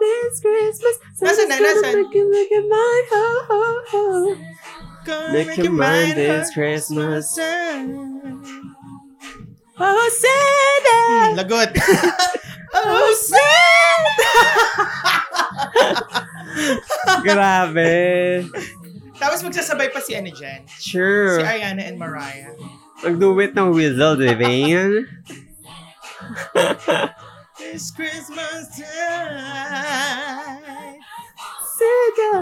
It's Christmas. Nasaan na? Santa's Nasaan? gonna make you look at my ho, ho, ho. Gonna Make make your your mind mind this hurt. Christmas. Oh, Hmm, Santa! Lagot. Oh, Santa! Grabe. Tapos magsasabay pa si ano dyan. Si Sure. Ariana and Mariah. Nagduwit ng whistle, di ba yan? This Christmas time. Santa!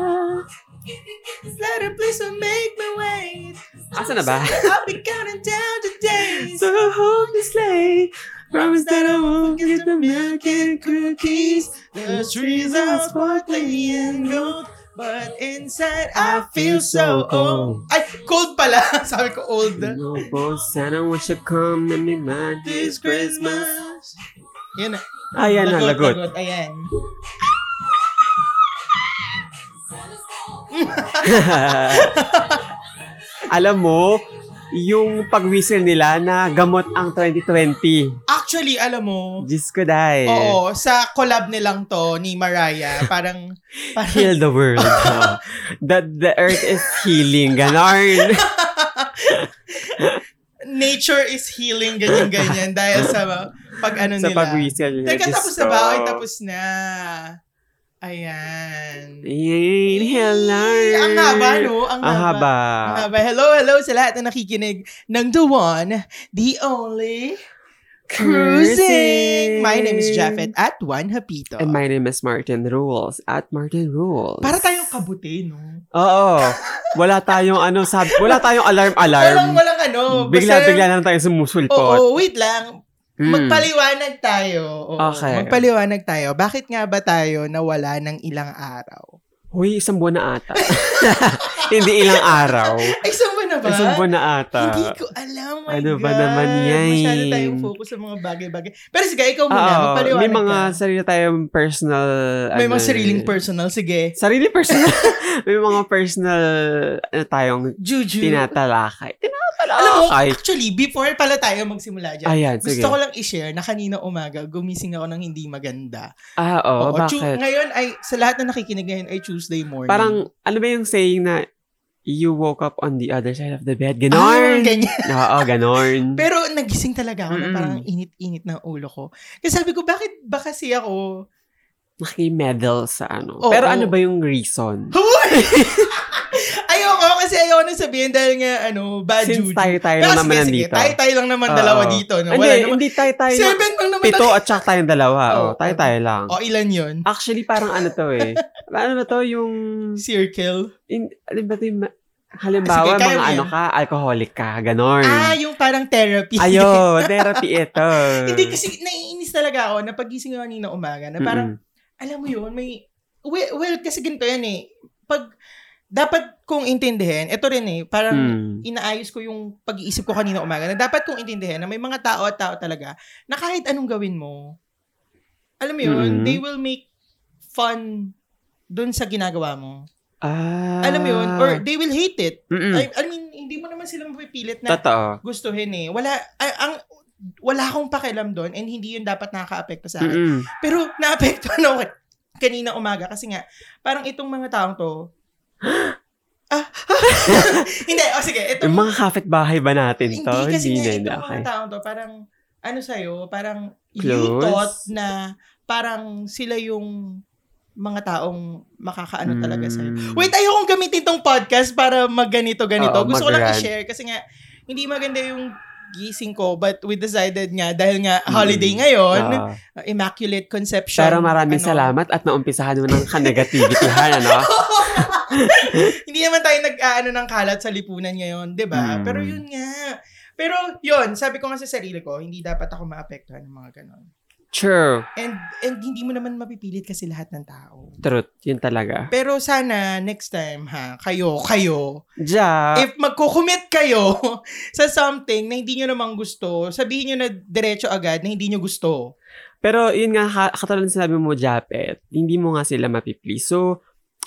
Let her please don't make me wait. Asa na ba? I'll be counting down the days. So hold the sleigh. Promise that I won't get the milk and cookies. The trees are sparkling in gold, but inside I feel so old. Ay, cold pala. Sabi ko old. No, boy, Santa, won't you come and be mine this Christmas? Yan na. Ayan na, lagot. Ayan. Alam mo, yung pag-whistle nila na gamot ang 2020. Actually, alam mo, Diyos ko dahil. oo, sa collab nilang to ni Mariah, parang, parang Heal the world. no? That the earth is healing. Ganon. nature is healing, ganyan-ganyan, dahil sa pag ano sa nila. pag-whistle nila. Teka, Diyos tapos na ba? ko. Ay, tapos na. Ayan. Inhale Ay, Ang haba, no? Ang Ang haba. haba. Ang haba. Hello, hello sa lahat na nakikinig ng The One, The Only, Cruising! My name is Japheth at Juan Hapito. And my name is Martin Rules. At Martin Rules. Para tayong kabuti, no? Oo. Wala tayong ano, sab- wala tayong alarm-alarm. Walang, walang ano. basta- Bigla-bigla lang tayo Oo, sumusulpot. wait lang. Mm. Magpaliwanag tayo. Oo, Okay. Magpaliwanag tayo. Bakit nga ba tayo nawala ng ilang araw? Hoy, isang buwan na ata. Hindi ilang araw. Ay, saan ba na ba? Isang buwan na ata. Diba? Hindi ko alam. My Ano God. ba naman yan? Masyado tayong focus sa mga bagay-bagay. Pero sige, ikaw muna. Oo, magpaliwanag Ah, may mga ka. sarili tayong personal... May mga ano, sariling personal. Sige. Sarili personal. may mga personal ano, tayong Juju. tinatalakay. Alam mo, Tinatalakay. actually, before pala tayo magsimula dyan, Ayan, sige. gusto ko lang i-share na kanina umaga, gumising ako ng hindi maganda. Ah, oo, Oo, bakit? tu- ngayon ay, sa lahat na nakikinig ngayon ay Tuesday morning. Parang, ano ba yung saying na you woke up on the other side of the bed? Ah, Ganorn! ganyan. Oo, ganorn. Pero nagising talaga ako Mm-mm. na parang init-init ng ulo ko. Kasi sabi ko, bakit ba kasi ako? Nakimedal sa ano. Oo. Pero ano ba yung reason? ayoko kasi ayoko na sabihin dahil nga, ano, bad Since juju. tayo-tayo Pero lang naman sige, sige, nandito. Tayo-tayo lang naman Oo. dalawa dito. No? Hindi, Wala naman. hindi tayo-tayo. lang. Seven lang naman. Pito at saka tayong dalawa. Oo. Oh, tayo-tayo lang. O, ilan yun? Actually, parang ano to eh. ano na to yung... Circle. In, ano ba to yung... ma- Halimbawa, Sige, mga kaya mo ano yan. ka, alcoholic ka, ganorn. Ah, yung parang therapy. Ayo, therapy ito. Hindi kasi naiinis talaga ako na pagising ko kanina umaga na parang, alam mo yun, may, well, well, kasi ganito yan eh. Pag, dapat kong intindihin, ito rin eh, parang Mm. inaayos ko yung pag-iisip ko kanina umaga na dapat kong intindihin na may mga tao at tao talaga na kahit anong gawin mo, alam mo Mm. yun, they will make fun dun sa ginagawa mo. Ah. Alam mo yun? Or they will hate it. Mm-mm. I, I mean, hindi mo naman sila mapipilit na Totoo. gustuhin eh. Wala, a- ang, wala akong pakialam doon and hindi yun dapat nakaka-apekto sa akin. Mm-mm. Pero naapektuhan ako kanina umaga kasi nga, parang itong mga taong to, ah, hindi, o sige, ito, Yung mga kapitbahay ba natin to? hindi kasi nga, na, itong okay. mga taong to, parang, ano sa'yo, parang you Close? thought na parang sila yung mga taong makakaano ano talaga Mm. sa'yo. Wait, ayokong gamitin tong podcast para magganito-ganito. Oo, Gusto ko lang mag-rant. i-share kasi nga, hindi maganda yung gising ko but we decided nga dahil nga holiday ngayon, Mm. Oo. uh, Immaculate Conception. pero maraming ano. salamat at naumpisahan mo ng ka-negativity, ha, ano? Hindi naman tayo nag-aano ng kalat sa lipunan ngayon, 'di ba? Mm. Pero yun nga. Pero yun, sabi ko nga sa sarili ko, hindi dapat ako maapektuhan ng mga ganon. True. And and hindi mo naman mapipilit kasi lahat ng tao. Truth. Yun talaga. Pero sana next time ha, kayo, kayo, Ja. if magko-commit kayo sa something na hindi nyo namang gusto, sabihin nyo na diretso agad na hindi nyo gusto. Pero yun nga, ka- katulad ng sinabi mo, Japet, hindi mo nga sila mapiplease. So,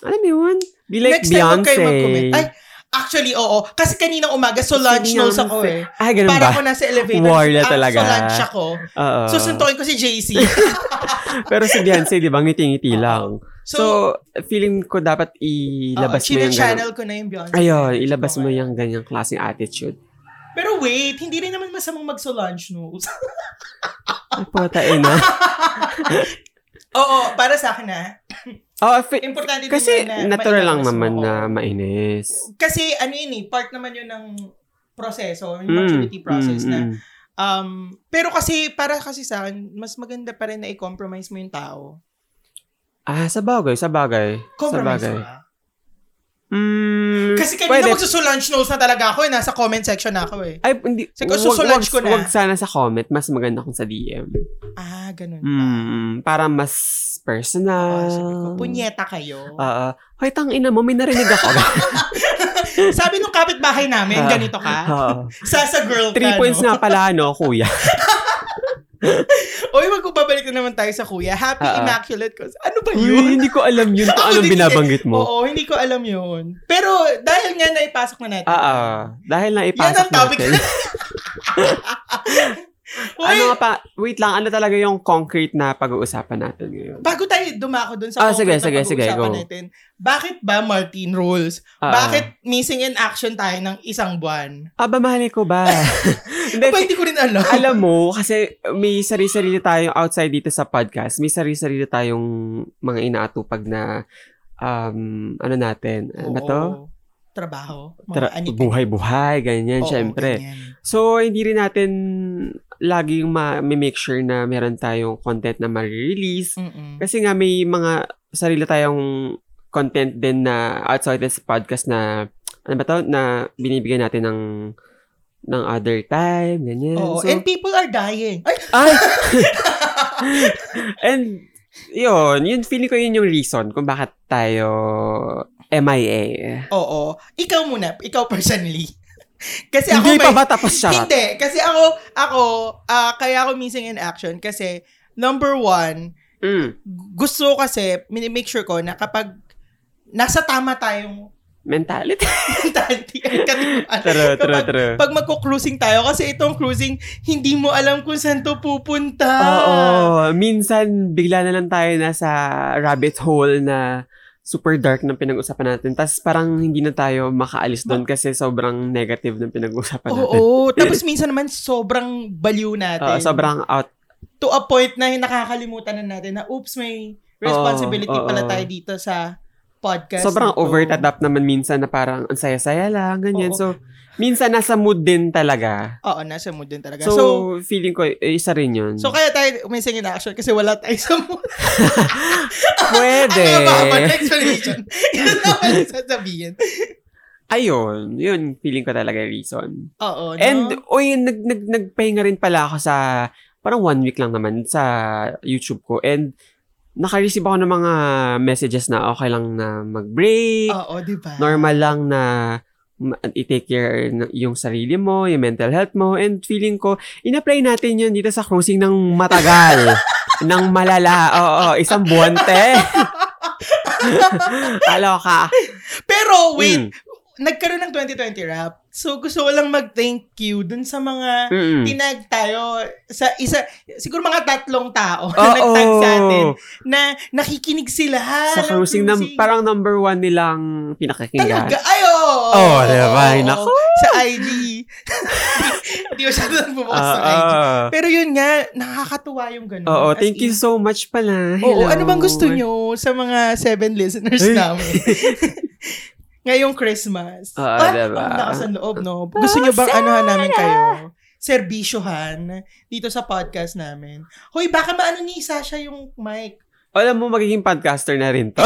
alam mo yun? Be like Next time, huwag Beyonce. kayo mag-commit. Ay, Actually, oo. Kasi kaninang umaga, so lunch Sinigang nose ako eh. Ah, ganun Para ba? ako nasa elevator. War na Ah, talaga. Ah. So lunch ako. Oo. So suntukin ko si JC. Pero si Beyonce, di ba, ngiti-ngiti lang. So, So, feeling ko dapat ilabas oo, mo yung ganun. channel ko na yung Beyonce. Ayun, ilabas mo Okay. yung ganyang klaseng attitude. Pero wait, hindi rin naman masamang mag-so-lunch nose. Ay, puta eh, no? oo, para sa akin ah. Oh, fi- Importante din kasi yun na natural lang mailabas mo. naman Oo. na mainis. Kasi ano yun eh, part naman yun ng proseso, yung Mm, maturity process mm, na mm. Um, pero kasi, para kasi sa akin, mas maganda pa rin na i-compromise mo yung tao. Ah, sa bagay, sa bagay. Sa Compromise bagay. mo ba? Mm, Kasi kanina pwede. magsusulunch notes na talaga ako eh. Nasa comment section na ako eh. Ay, hindi. Sige, susulat ko na. Wag sana sa comment. Mas maganda kung sa DM. Ah, ganun. Mm, para mas Ah, personal. sabi ko, punyeta kayo. Oo. Hoy, tang ina mo, may narinig ako. sabi nung kapitbahay namin, Ah. ganito ka. Oo. Sasa girl ka, Three points no? nga pala, no, kuya. Uy, wag babalik na naman tayo sa kuya. Happy Ah, ah. Immaculate ko. Ano ba Uy, yun? hindi ko alam yun kung Ako anong din, hindi. binabanggit mo. Oo, hindi ko alam yun. Pero dahil nga naipasok na natin. Ah, ah. Dahil na Yan ang ipasok topic. natin. Uy, ano nga pa, wait lang, ano talaga yung concrete na pag-uusapan natin ngayon? bago tayo dumako dun sa Ah, sige, concrete na sige, sige, pag-uusapan go. natin, bakit ba Martin rules? Ah, ah. Bakit missing in action tayo ng isang buwan? Aba, mahali ko ba? Hindi, Aba, hindi ko rin alam. alam mo, kasi may sarili-sarili tayong outside dito sa podcast, may sarili-sarili tayong mga inaatupag na um, ano natin, ano ba to? Oo. Trabaho. Mga Tra- anitig. buhay-buhay, ganyan, Oo, syempre. ganyan. So, hindi rin natin laging ma-make sure na meron tayong content na ma-release. Mm-mm. Kasi nga may mga sarili tayong content din na outside this podcast na ano ba to na binibigyan natin ng ng other time, ganyan. Oo, So- and people are dying. Ay, Ay! And, yun, yun, feeling ko yun yung reason kung bakit tayo MIA. oo. Ikaw muna. Ikaw personally. Kasi ako Hindi may... pa ba tapos siya? Hindi. Kasi ako, ako, ah, kaya ako missing in action kasi number one, Mm, gusto ko kasi, minimake sure ko na kapag nasa tama tayong mentality. mentality, ay, katiguan. true, true, Kapag true. pag magko-cruising tayo kasi itong cruising hindi mo alam kung saan to pupunta. Oo, minsan bigla na lang tayo nasa rabbit hole na super dark ng pinag-usapan natin. Tapos parang hindi na tayo makaalis doon kasi sobrang negative ng pinag-usapan natin. Oo. Tapos minsan naman sobrang baliw natin. Oo, sobrang out. To a point na nakakalimutan na natin na oops, may responsibility Oo, oo. pala tayo dito sa podcast. sobrang na to. over the top naman minsan na parang ang saya-saya lang, ganyan. Oo. So, minsan nasa mood din talaga. Oo, nasa mood din talaga. So, So, feeling ko, eh, isa rin yun. so, kaya tayo umising in action kasi wala tayo sa mood. Pwede. Ang mababa na explanation. Yun ang pwede sasabihin. Ayun. Yun, feeling ko talaga yung reason. Oo, no? And, uy, nag, nag, nagpahinga rin pala ako sa, parang one week lang naman sa YouTube ko. And, naka-receive ako ng mga messages na okay lang na mag-break. Oo, di ba? Normal lang na ma- i-take care ng- yung sarili mo, yung mental health mo, and feeling ko, in-apply natin yun dito sa cruising ng matagal. ng malala. Oo, isang buwan, te. Kaloka. Pero, wait, Mm, nagkaroon ng 2020 rap. So, gusto ko lang mag-thank you dun sa mga Mm, mm-mm. tinag tayo sa isa, siguro mga tatlong tao na Oo. nagtag sa atin na nakikinig sila. Sa ng cruising, nam- parang number one nilang Talaga, pinakakinggan. ay, oo. Oo, oo, diba? oo, Ay, oo. naku. Sa IG. Hindi ko siya doon bubukas sa Ah, IG. ah. Pero yun nga, nakakatuwa yung ganun. Oo, As thank in- you so much pala. Oo, Hello. ano bang gusto nyo sa mga seven listeners Ay. namin? Ngayong Christmas. Ah, Oo, diba? Ah. Ang lakas ng loob, no? Gusto nyo bang anuhan namin kayo? Serbisyohan dito sa podcast namin. Hoy, baka maano ni Sasha yung mic. Alam mo, magiging podcaster na rin to.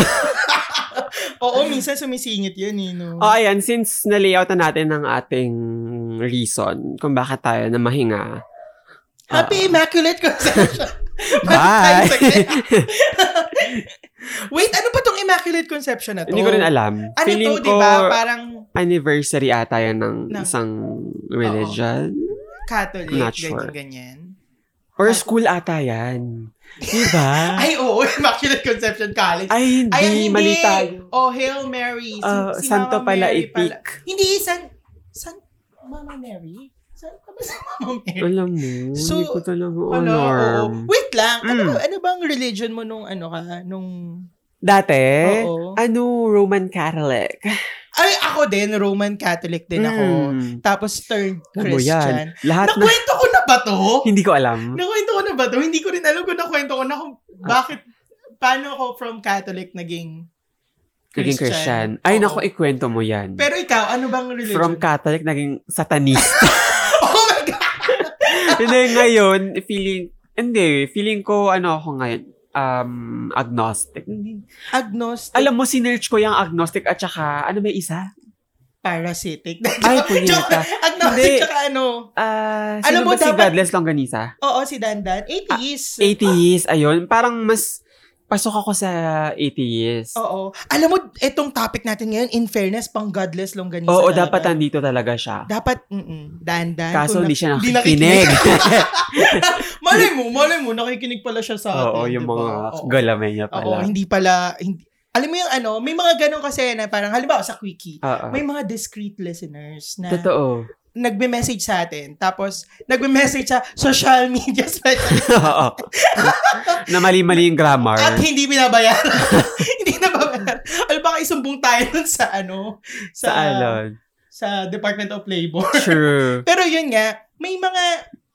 Oo, minsan sumisingit yun, eh, no? O Oh, ayan, since na-layout na natin ang ating reason kung bakit tayo na mahinga. Happy Immaculate Conception! Bye! Wait, ano ba tong Immaculate Conception na to? Hindi ko rin alam. Ano Feeling to, di ko, ba? Parang anniversary ata yan ng Ng- isang religion. Catholic, Not sure. ganyan-ganyan. Or Ah. school ata yan. Diba? Ay, oo. Immaculate Conception College. Ay, hindi. Ay, ang hindi. Mali tayo. Oh, Hail Mary. Si, Ah, si santo Mama pala Mary pala. itik. Hindi, san, san, Mama Mary? San, ano ba sa Mama Mary? Alam mo, So, hindi ko talaga Ano, oo. alarm. Wait lang. Ano, Mm. ano bang religion mo nung ano ka? Nung, Dati, oo. ano, Roman Catholic. Ay, ako din. Roman Catholic din ako. Mm. Tapos turned Alam Ano mo yan. Christian. Lahat na, Nakwento ko na ba to? hindi ko alam. Nakwento ko na ba to? Hindi ko rin alam kung nakwento ko na kung bakit, paano ako from Catholic naging Naging Christian. Christian. Ay, Oo. naku, ikwento mo yan. Pero ikaw, ano bang religion? From Catholic, naging satanista. Oh my God! hindi, ngayon, feeling, hindi, feeling ko, ano ako ngayon, um, agnostic. Hindi. Agnostic, Alam mo, sinerch ko yung agnostic at saka, ano may isa? parasitic. Ay, Joke punyeta. lang. Agnostic, Hindi. tsaka ano. Ah, sino Alam mo, ba si dapat- Godless Longganisa? Oo, si Dandan. Atheist. Ah, atheist, ayun. Parang mas pasok ako sa atheist. Oo, Oo. Alam mo, itong topic natin ngayon, in fairness, pang godless longganisa. dapat talaga. nandito talaga siya. Dapat, mm dandan. Kaso Kung hindi siya hindi nakikinig. malay mo, malay mo, nakikinig pala siya sa atin. Oo, yung di ba? mga Oo. galamay niya Oo, pala. hindi pala, hindi, alam mo yung ano, may mga ganun kasi na parang, halimbawa sa Quickie, Oo. may mga discreet listeners na Totoo. nagme-message sa atin. Tapos, nagme-message sa social media specialist Oo. na mali-mali yung grammar. at hindi binabayaran. hindi nababayaran. Alam baka isumbong tayo nun sa ano, sa, Sa alon. sa Department of Labor. True. Pero yun nga, may mga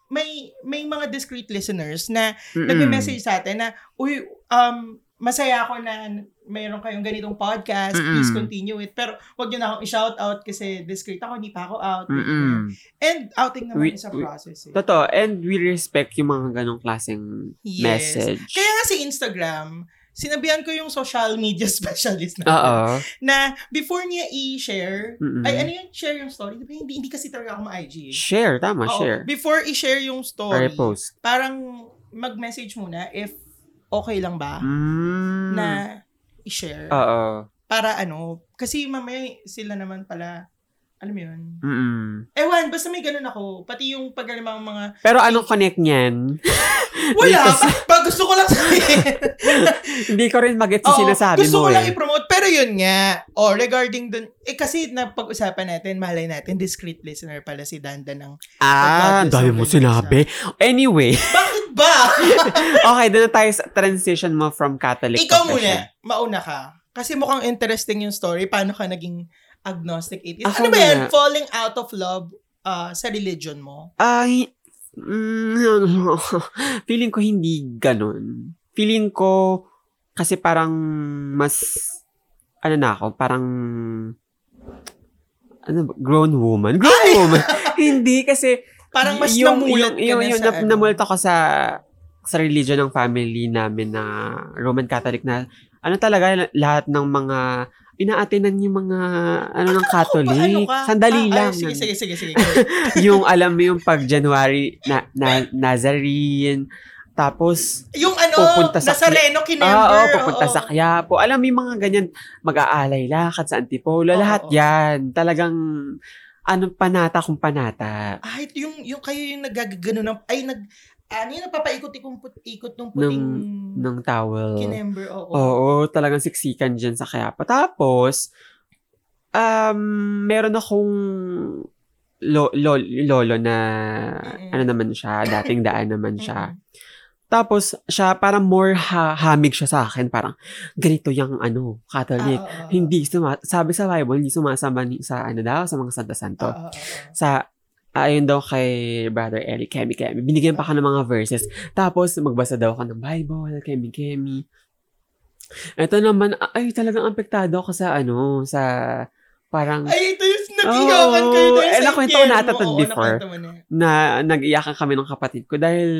may may mga discreet listeners na Mm-mm. nagme-message sa atin na, uy, um, masaya ako na mayroon kayong ganitong podcast, please Mm-mm. continue it. Pero wag niyo na akong i-shout out kasi discreet ako, hindi pa ako out. Mm-mm. And outing naman We- is a we- process. Eh. Totoo. And we respect yung mga ganong klaseng Yes. message. Kaya nga sa Instagram, sinabihan ko yung social media specialist na, Oo. na before niya i-share, Mm-mm. ay ano yun, share yung story. Diba, hindi, hindi kasi talaga ako ma-IG. eh. Share. Tama, Oo, share. Before i-share yung Or story, repost. parang mag-message muna if okay lang ba Mm. Ah. na i-share. Oo. para ano, kasi mamaya sila naman pala, alam mo yun. Mm-mm. Ewan, basta may ganun ako. Pati yung pag alam mga, Pero anong connect niyan? wala, Dito sa- pa- pag gusto ko lang sabihin. Hindi ko rin magets Oo, yung sinasabi gusto mo ko lang eh. i-promote. Pero yun nga, oh, regarding dun, eh kasi napag-usapan natin, malay natin, discreet listener pala si Danda ng, Ah, Pagkatapos dami ng mo ganun sinabi. Anyway, bakit ba? okay, doon na tayo sa transition mo from Catholic Ikaw to muna, Christian. mauna ka. Kasi mukhang interesting yung story, paano ka naging agnostic atheist. Ako ano ba yan? muna. Falling out of love ah, sa religion mo? Ay, Ah, mm, feeling ko hindi ganun. Feeling ko, kasi parang mas, ano na ako, parang, ano ba, grown woman? Grown woman! hindi, kasi, Parang mas yung, namulat ka yung, na yung, sa nap- ano. namulat ako sa sa religion ng family namin na Roman Catholic na ano talaga lahat ng mga inaatenan yung mga ano ng Catholic. Paano ka? Sandali Ah, lang. Ay, sige, sige, sige, sige. yung alam mo yung pag January na, na Nazarene tapos Yung ano, Pupunta sa- nasa Reno, kinember. ah, oo, pupunta sa Quiapo. Alam mo yung mga ganyan mag-aalay lakad sa Antipolo, Oo, lahat oo. 'yan. Talagang anong panata kung panata. Ay, yung, yung kayo yung nagagano ng, ay, nag, ano yung napapaikot-ikot ng puting ng towel. kinember, oo. Oo, talagang siksikan dyan sa kaya. Tapos, um, meron akong lo, lo, lolo na, Mm-mm. ano naman siya, dating daan naman siya. Tapos, siya parang more ha- hamig siya sa akin. Parang, ganito yung ano, Mm. Ah, Catholic. Hindi, suma- sabi sa Bible, hindi sumasama ni- sa ano daw, sa mga Ah, santo-santo. Sa, ayon daw kay Brother Eric, Kemi Kemi. Binigyan pa ka ng mga verses. Tapos, magbasa daw ka ng Bible, Kemi Kemi. Ito naman, ay talagang apektado ako sa ano, sa parang Ay, ito yung nagiyawan Oo, kayo dahil eh, sa nakwento ko na impyerno. ata to Oo, before. nakwento mo na. na nag-iyakan kami ng kapatid ko dahil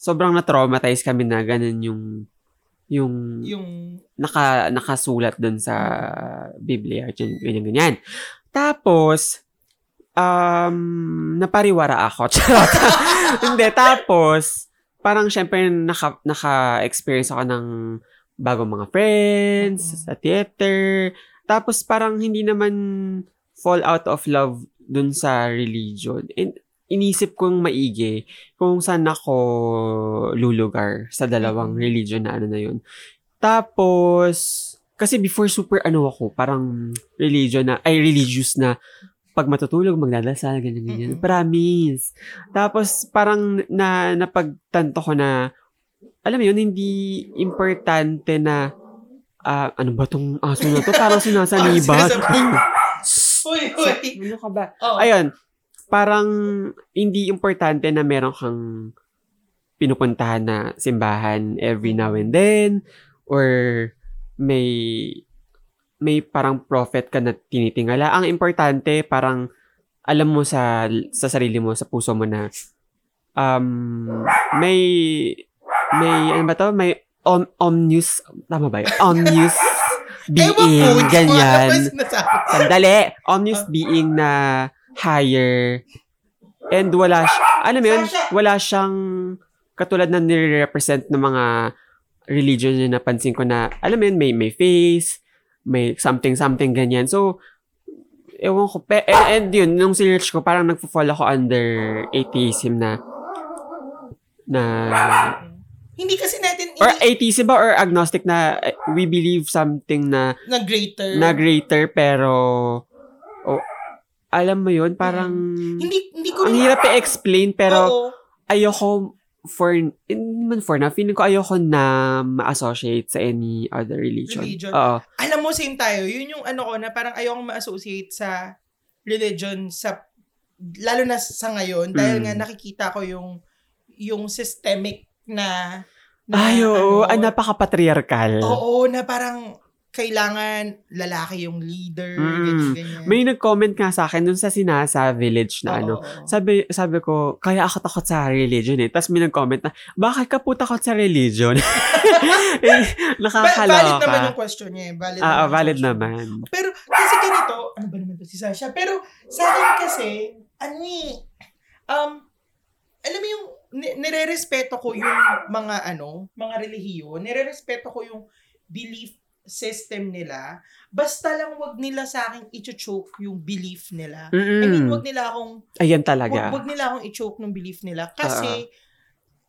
sobrang na-traumatize kami na ganun yung yung Yung, naka, nakasulat dun sa Biblia at yun, ganyan, ganyan. Tapos, um, napariwara ako. Charot. Hindi, tapos, parang syempre naka, naka-experience ako ng bagong mga friends, Mm-mm. sa theater. Tapos parang hindi naman fall out of love dun sa religion. And inisip kong maigi kung saan ako lulugar sa dalawang religion na ano na yun. Tapos, kasi before super ano ako, parang religion na, ay religious na, pag matutulog, magdadasal, ganyan, ganyan. Mm-mm. Promise. Tapos, parang na, napagtanto ko na, alam mo yun, hindi importante na, ah, ano ba tong aso na to? Parang sinasanibat. Uy, uy. ano ka ba? Oh. Ayun, parang hindi importante na meron kang pinupuntahan na simbahan every now and then or may may parang prophet ka na tinitingala. Ang importante parang alam mo sa sa sarili mo, sa puso mo na um may may ano ba to? May om, omnius tama ba yun? Omnius Ewan ko, being hindi ko alam E, ganyan. kung sinasabi. Sandali! Omnius being na higher and wala siya, alam mo yun, Sasha! wala siyang katulad na nire-represent ng mga religion na napansin ko na, alam mo yun, may, may face, may something-something ganyan. So, ewan ko, pe, and, and yun, nung sinearch ko, parang nagpo-fall ako under atheism na na Hindi kasi natin or ini- atheism ba or agnostic na eh, we believe something na na greater. na greater pero oh, alam mo yun parang hindi hindi ko ang rin- hirap i-explain pero Oo. ayoko for hindi man for na feeling ko ayoko na ma-associate sa any other religion. Religion. Oo. alam mo same tayo. Yun yung ano ko na parang ayokong ma-associate sa religion sa lalo na sa ngayon dahil Mm. nga nakikita ko yung yung systemic na, na Ay, oo, ano, ah, napaka-patriarchal. Oo, na parang kailangan lalaki yung leader, Mm. ganyan, ganyan. May nag-comment nga sa akin dun sa Sinasa Village na Oo, ano. oo. Sabi sabi ko, kaya ako takot sa religion eh. Tapos may nag-comment na, bakit ka po takot sa religion? Eh, Ba- valid Nakakaloka. naman yung question niya. eh. Valid Ah, ah, yung valid question. naman. Pero kasi ganito, ano ba naman to si Sasha? Pero sa akin kasi, ano eh, um, alam mo yung ni- nire-respeto ko yung mga ano, mga relihiyon, nire-respeto ko yung belief system nila. Basta lang wag nila sa akin i-choke yung belief nila. I mean, Mm-mm. wag nila akong Ayan talaga. Wag, wag nila akong i-choke ng belief nila. Kasi,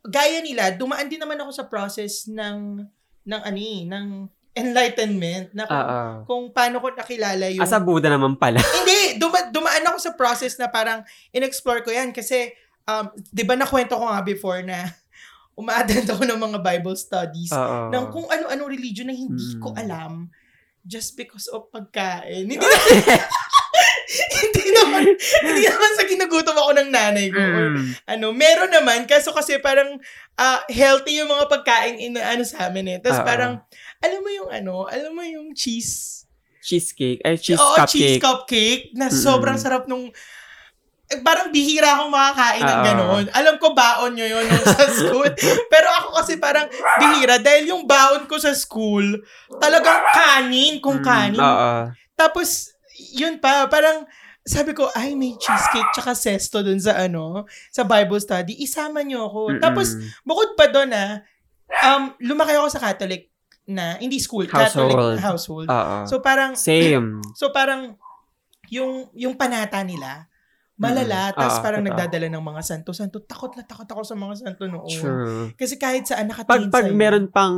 gaya nila, dumaan din naman ako sa process ng, ng ano eh, ng enlightenment. Na kung, Oo. kung paano ko nakilala yung... Asa Buddha naman pala. Hindi! Duma, dumaan ako sa process na parang in-explore ko yan. Kasi, um, di ba nakwento ko nga before na umaattend ako ng mga Bible studies Oo. ng kung ano-ano religion na hindi Ah. Mm. ko alam just because of pagkain. Hindi hindi naman, hindi naman sa ginugutom ako ng nanay ko. or Mm. ano, meron naman, kaso kasi parang ah, healthy yung mga pagkain in, ano sa amin eh. Tapos Oo. parang, alam mo yung ano, alam mo yung cheese. Cheesecake. Ay, cheese Oo, cheese cupcake. cupcake na Mm-mm. sobrang sarap nung eh, parang bihira akong makakain ng Oo. gano'n. Alam ko baon nyo yun nung sa school. Pero ako kasi parang bihira dahil yung baon ko sa school, talagang kanin Mm, kung kanin. Oo. Tapos, yun pa, parang sabi ko, ay, may cheesecake tsaka sesto dun sa ano, sa Bible study. Isama niyo ako. Mm-mm. Tapos, bukod pa dun ah, um, lumaki ako sa Catholic na, hindi school, Household. Ah. Catholic household. Oo. So, parang, Same. so parang, yung, yung panata nila, malala, Mm. tapos Ah, parang totoo. nagdadala ng mga santo-santo. Takot na takot ako sa mga santo noon. True. Kasi kahit saan Pag, nakatingin pag sa'yo. meron pang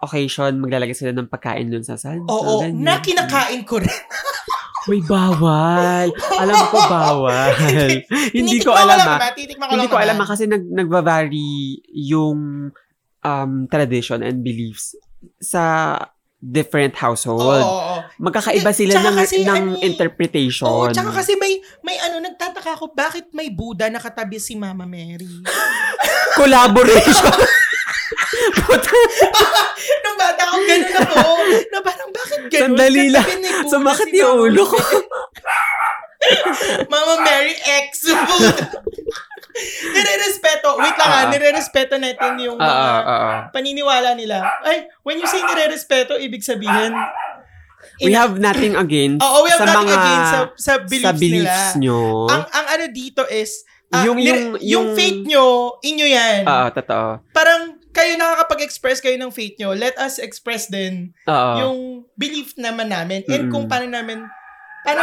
occasion, maglalagay sila ng pagkain dun sa sand. Oo, ganyan. na kinakain ko rin. May bawal. Alam ko bawal. Hindi ko Tinitikman alam lang ah. naman, titikman ko Hindi lang ko alam naman. ah, kasi nag, nagbavary yung um, tradition and beliefs sa different household. Oo, oo, oo. Magkakaiba Hindi, sila tsaka ng, kasi, ng ano eh, interpretation. Oo, tsaka kasi may, may ano, nagtataka ako, bakit may Buddha nakatabi si Mama Mary? Collaboration. Nung bata ako, ganun ako. na parang, bakit ganun? Sandali lang. Katabi ni Buddha Sumakit si yung Mama ulo ko. Mary. Mama Mary X Buddha. nire-respeto. Wait lang ha, Ah, ah. nire-respeto natin yung Oo, mga oo, oo. paniniwala nila. Ay, when you say nire-respeto, ibig sabihin, We have nothing against Oo, we have sa nothing mga against sa, sa beliefs, sa beliefs nila. nyo. Ang, ang ano dito is, ah, Yung- yung- nire- Ah, yung- faith nyo, inyo yan. Oo, totoo. parang kayo nakakapag-express kayo ng faith nyo, let us express din Oo. yung belief naman namin and Ah. Mm-mm. kung paano namin, paano,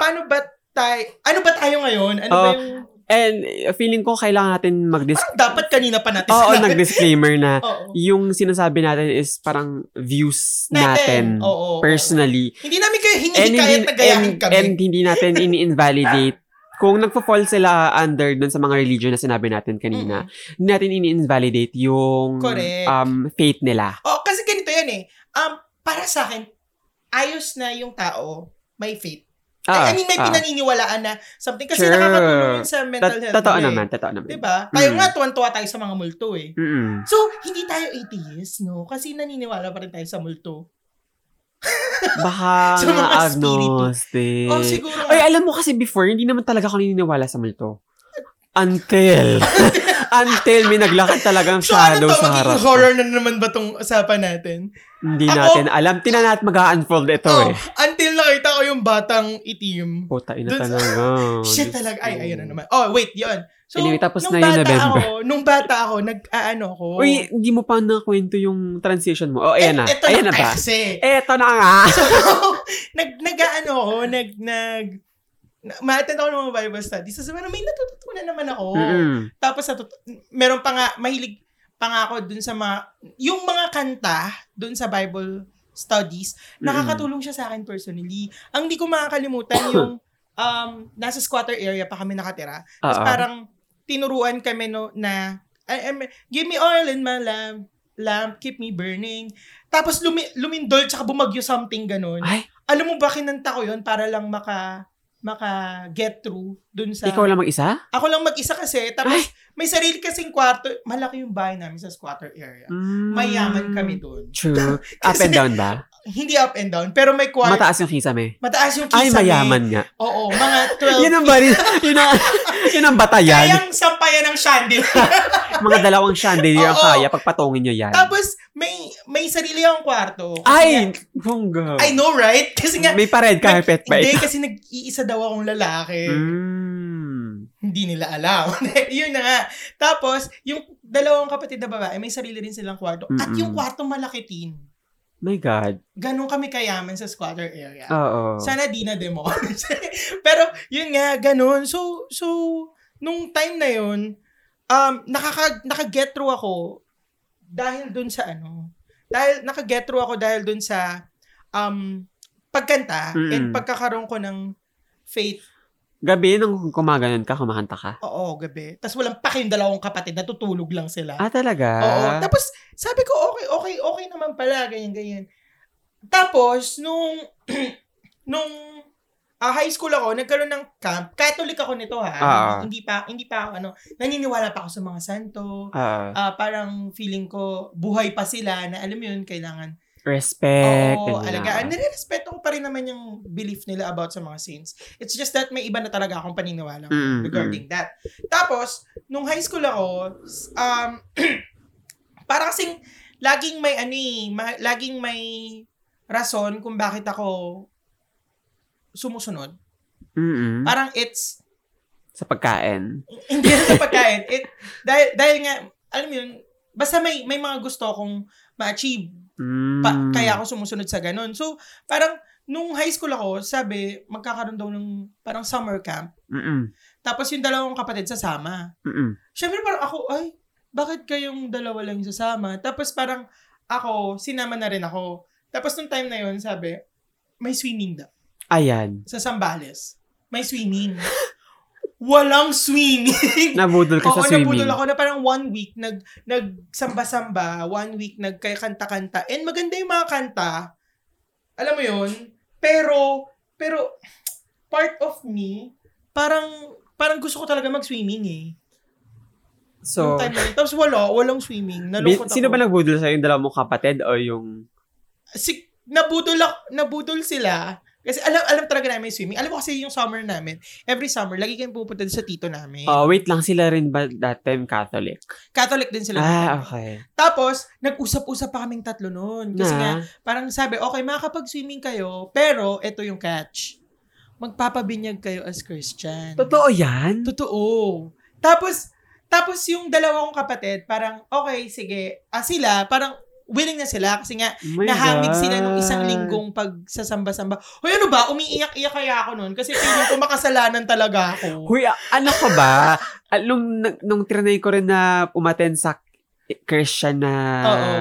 paano ba tayo, ano ba tayo ngayon? Ano ba Oh. yung, And eh, feeling ko kailangan natin mag-dis... Parang dapat kanina pa natin Oo, sinabi. nag-disclaimer na Oo. yung sinasabi natin is parang views natin. Oo. Personally. Hindi namin kayo And hinihikayat hindi, na gayahin and- kami. and hindi natin ini-invalidate kung nagpo-fall sila under dun sa mga religion na sinabi natin kanina, Mm-mm. hindi natin ini-invalidate yung Correct. um, faith nila. Oh, kasi ganito yan eh. Um, para sa akin, ayos na yung tao may faith. I- I mean, may ah. pinaniniwalaan na something. Kasi Sure. nakakatulong yun sa Ta- mental health. totoo nila eh. naman, totoo naman. Diba? Tayo Mm. nga, tuwan-tuwa tayo sa mga multo eh. Mm-mm. So, hindi tayo atheist, no? Kasi naniniwala pa rin tayo sa multo. Baka Sa mga mga spirito. agnostic. Oh, siguro. Eh, Ay, alam mo kasi before, hindi naman talaga ako naniniwala sa multo. Until. until may naglakad talagang so, ano shadow to? sa harap. Magiging ko. horror na naman ba tong usapan natin? Hindi Ako- natin alam. Tinan natin mag-unfold ito Oh, eh. until nakita ko yung batang itim. Puta, ina Dun sa- talaga. Shit Diyos talaga. ko. Ay, ayun na naman. Oh, wait, yun. So, Anyway, tapos na nung yun, bata November. ako, nung bata ako, nag-ano ko. Uy, hindi mo pa nakwento yung transition mo. Oh, Eh, ayan na. eto Ayan na tayo ba? Kasi. Eto na nga. So, nag, nag-ano ko, nag, nag, na- ma-attend ako ng mga Bible study. Sa sabi may natututunan naman ako. Mm-mm. Tapos, natut- meron pa nga, mahilig pa nga ako dun sa mga, yung mga kanta dun sa Bible studies, nakakatulong siya sa akin personally. Ang di ko makakalimutan yung, um, nasa squatter area pa kami nakatira. Tapos Oo. parang tinuruan kami no, na, I- I'm- give me oil in my lamp, lamp, keep me burning. Tapos lumi, lumindol, tsaka bumagyo something ganun. Ay, Alam mo ba, kinanta ko yun para lang maka, maka get through dun sa... ikaw lang mag-isa? Ako lang mag-isa kasi. Tapos may sarili kasing kwarto. Malaki yung bahay namin sa squatter area. Mm. Mayaman kami dun. True. Up and down ba? Hindi up and down, pero may kwarto. Mataas yung kisame. Mataas yung Ay, kisame. mayaman nga. Oo, mga 12. Yun ang bari, yun ang, yun ang batayan. Kayang sampayan ng chandelier. Mga dalawang chandelier ang Oo. kaya pagpatungin nyo yan. Tapos, may may sarili akong kwarto. Kasi Ay, nga- bongga. I know, right? Kasi nga, May pared carpet nag- ba Hindi, ito? kasi nag-iisa daw akong lalaki. Mm. Hindi nila alam. Yun na nga. Tapos, yung dalawang kapatid na babae, may sarili rin silang kwarto. At Mm-mm. yung kwarto malaki tin. My God. Ganon kami kayaman sa squatter area. Oo. Sana di na demo. Pero yun nga, ganun. So, so, nung time na yun, um, nakaka, naka-get through ako dahil dun sa ano, dahil naka-get through ako dahil dun sa um, pagkanta Mm. and pagkakaroon ko ng faith. Gabi nung kumaganon ka, kumakanta ka. Oo, gabi. Tapos walang paki yung dalawang kapatid, natutulog lang sila. Ah, talaga? Oo. Tapos, sabi ko, okay, okay, okay naman pala, ganyan, ganyan. Tapos, nung, nung ah, high school ako, nagkaroon ng camp. Catholic ako nito, ha? Ah. Hindi, hindi pa, hindi pa ako, ano, naniniwala pa ako sa mga santo. Ah, Ah, parang feeling ko, buhay pa sila, na alam mo yun, kailangan. respect. ganyan. Oo, alagaan. Nire-respeto ko pa rin naman yung belief nila about sa mga saints. It's just that may iba na talaga akong paniniwala Mm, regarding that. Tapos, nung high school ako, s- um, parang kasing laging may ano eh, ma- laging may rason kung bakit ako sumusunod. Mm-mm. Parang it's, Sa pagkain. hindi na sa pagkain. It, dahil, dahil nga, alam mo yun, basta may, may mga gusto akong ma-achieve Mm. pa, kaya ako sumusunod sa ganun. So, parang, nung high school ako, sabi, magkakaroon daw ng parang summer camp. Mm-mm. Tapos yung dalawang kapatid sasama. Mm-mm. Siyempre parang ako, ay, bakit kayong dalawa lang yung sasama? Tapos parang ako, sinama na rin ako. Tapos nung time na yun, sabi, may swimming daw. Ayan. Sa Sambales, may swimming. Walang swimming. Nabudol ka Oo, sa swimming. nabudol ako na parang one week nag nagsamba-samba, one week nagkakanta-kanta. And maganda yung mga kanta. Alam mo yun? Pero, pero, part of me, parang, parang gusto ko talaga mag-swimming eh. So, Yung time na yun. Tapos wala, walang swimming. bi- Nalungkot ako. sino ba nagbudol sa'yo? Yung dalawa mong kapatid o yung... Si, nabudol, ako, nabudol sila. Kasi alam alam talaga namin yung swimming. Alam mo kasi yung summer namin, every summer, lagi kami pupunta doon sa tito namin. Oh, wait lang. Sila rin ba that time Catholic? Catholic din sila. Ah, okay. Tapos, nag-usap-usap pa kaming tatlo noon. Kasi Na, nga, parang sabi, okay, makakapag-swimming kayo, pero ito yung catch. Magpapabinyag kayo as Christian. totoo yan? Totoo. Tapos, tapos yung dalawa kong kapatid, parang, okay, sige. Ah, sila, parang, willing na sila kasi nga Oh my nahamig God. sila nung isang linggong pagsasamba-samba. Hoy, ano ba? Umiiyak-iyak kaya ako noon kasi feeling ko makasalanan talaga ako. Huy, a- ano ka ba? Ah, nung, nung trinay ko rin na umaten sa Christian na Oo.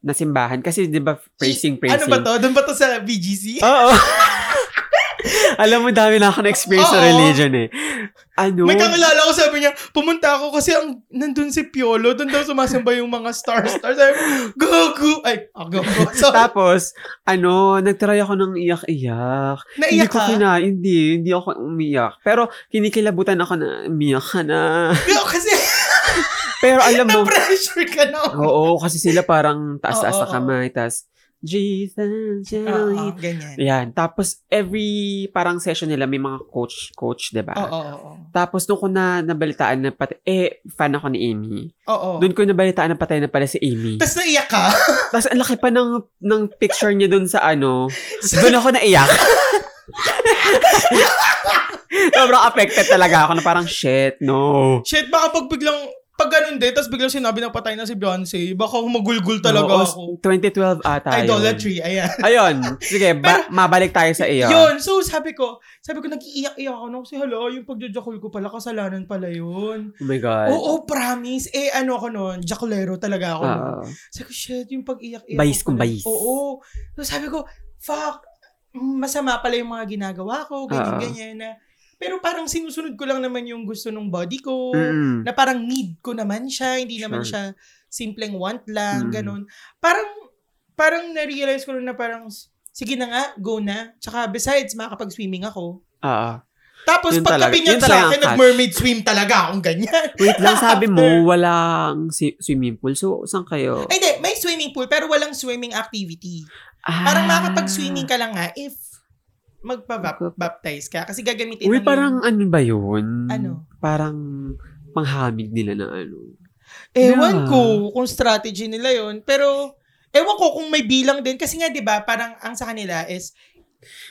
na simbahan. Kasi di ba praising, praising. Ano ba to? Doon ba to sa BGC? Oo. Alam mo, dami na ako na-experience sa Oo. religion eh. Ano? May kakilala ko, sabi niya, pumunta ako kasi ang nandun si Piolo, doon daw sumasamba yung mga star-star. Sabi ko, go, go! Ay, ah, go, go. So, Tapos, ano, nagtry ako ng iyak-iyak. Hindi naiyak ko ka. kina, hindi, hindi ako umiyak. Pero, kinikilabutan ako na, umiyak ka na. Pero oh, kasi, Pero alam mo, na-pressure ka na. oo, kasi sila parang taas-taas Oo, na oo. kamay, tas, Jesus, Oo, Joey. ganyan. Yan. Tapos, every parang session nila, may mga coach, coach, di ba? Oo, oo, Tapos, nung ko na nabalitaan na, pat- eh, fan ako ni Amy. oo. Doon ko nabalitaan na patay na pala si Amy. Tapos naiyak ka. Tapos ang laki pa ng, ng picture niya doon sa ano. So, Doon ako naiyak. Sobrang affected talaga ako na parang shit, no. Shit, baka pag biglang, pag ganun din, tapos biglang sinabi na patay na si Beyonce, baka Oo, humagulgul talaga ako. 2012 ata. yun. Idolatry, ayan. Ayun. Sige, ba- mabalik tayo sa iyo. Yun, so sabi ko, sabi ko, nag-iiyak-iyak ako nung kasi hala, yung pagjajakul ko pala, kasalanan pala yun. Oh my God. Oo, promise. Eh, ano ako noon, jakulero talaga ako. noon. Oo. Sabi ko, shit, yung pag-iyak-iyak. Ah. Bayis ko kung pala- bayis. Oo. So sabi ko, fuck, masama pala yung mga ginagawa Oo. ko, ganyan-ganyan na. Pero parang sinusunod ko lang naman yung gusto ng body ko. Mm-mm. na parang need ko naman siya, hindi naman Sure. siya simpleng want Mm. lang, ganun. Parang, parang na-realize ko rin na parang, sige na nga, go na. Tsaka besides, makakapag-swimming ako. Oo. Tapos Yun talaga- pagkabi niya yun talaga sa akin, ang catch. nag-mermaid swim talaga akong ganyan. Wait lang, sabi mo, walang si- swimming pool. So, saan kayo? Ay, hindi, may swimming pool, pero walang swimming activity. Ah. Parang makakapag-swimming ka lang nga if magpa-baptize ka. Kasi gagamitin Uy, lang yung- parang ano ba yun? Ano? Parang panghamig nila na ano. Ewan Yeah. ko kung strategy nila yon pero ewan ko kung may bilang din kasi nga 'di ba parang ang sa kanila is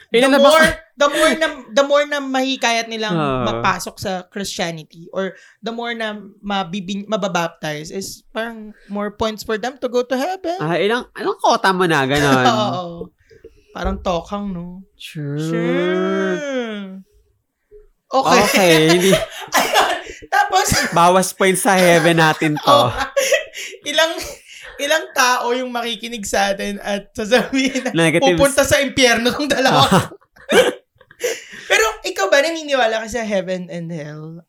the Ilan na ba- more the more na the more na mahikayat nilang Ah. magpasok sa Christianity or the more na mabibin, mababaptize is parang more points for them to go to heaven. Ah, ilang, ilang kota mo na, Oo. ganon. Parang tokang no. Sure. Sure. Okay. Okay. Hindi, Tapos bawas points sa heaven natin to. Oh. ilang ilang tao yung makikinig sa atin at sasabihin na Negatives. pupunta sa impyerno ng dalawa. Pero ikaw ba naniniwala ka sa heaven and hell?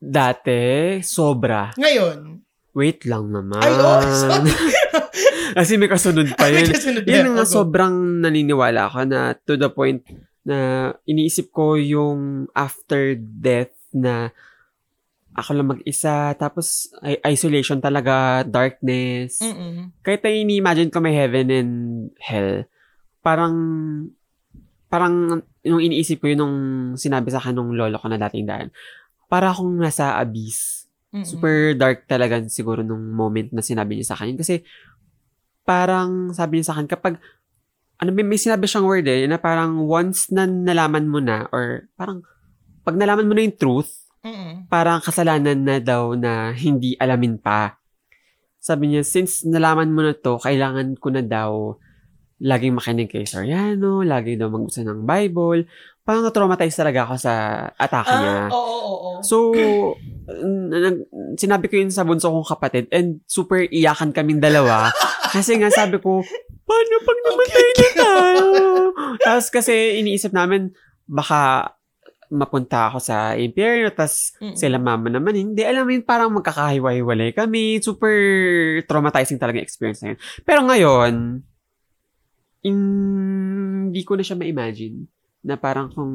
Dati, sobra. Ngayon? Wait lang naman. Ay, oh, sorry. Kasi may kasunod pa May yun. kasunod Yun na. nga, Ako. sobrang naniniwala ako na to the point na iniisip ko yung after death na ako lang mag-isa, tapos i- isolation talaga, darkness. Mm-mm. kahit na ini-imagine ko may heaven and hell, parang, parang, nung iniisip ko yun nung sinabi sa akin nung lolo ko na dating daan, para akong nasa abyss. Mm-mm. Super dark talaga siguro nung moment na sinabi niya sa akin. Kasi, parang sabi niya sa akin, kapag, ano, may, may sinabi siyang word eh, na parang once na nalaman mo na, or parang, pag nalaman mo na yung truth, Mm-mm. parang kasalanan na daw na hindi alamin pa. Sabi niya, since nalaman mo na to, kailangan ko na daw laging makinig kay Soriano, lagi daw magbasa ng Bible. Parang na-traumatize talaga ako sa atake niya. Ah, oo, oo, oo. So, n- n- sinabi ko yun sa bunso kong kapatid and super iyakan kaming dalawa. kasi nga sabi ko, paano pag namatay na tayo? tapos kasi iniisip namin, baka mapunta ako sa impyerno, tapos Mm. sila mama naman, hindi. Alam mo yun, parang magkakahiwa-hiwalay kami. Super traumatizing talaga yung experience na yun. Pero ngayon, hindi ko na siya ma-imagine na parang kung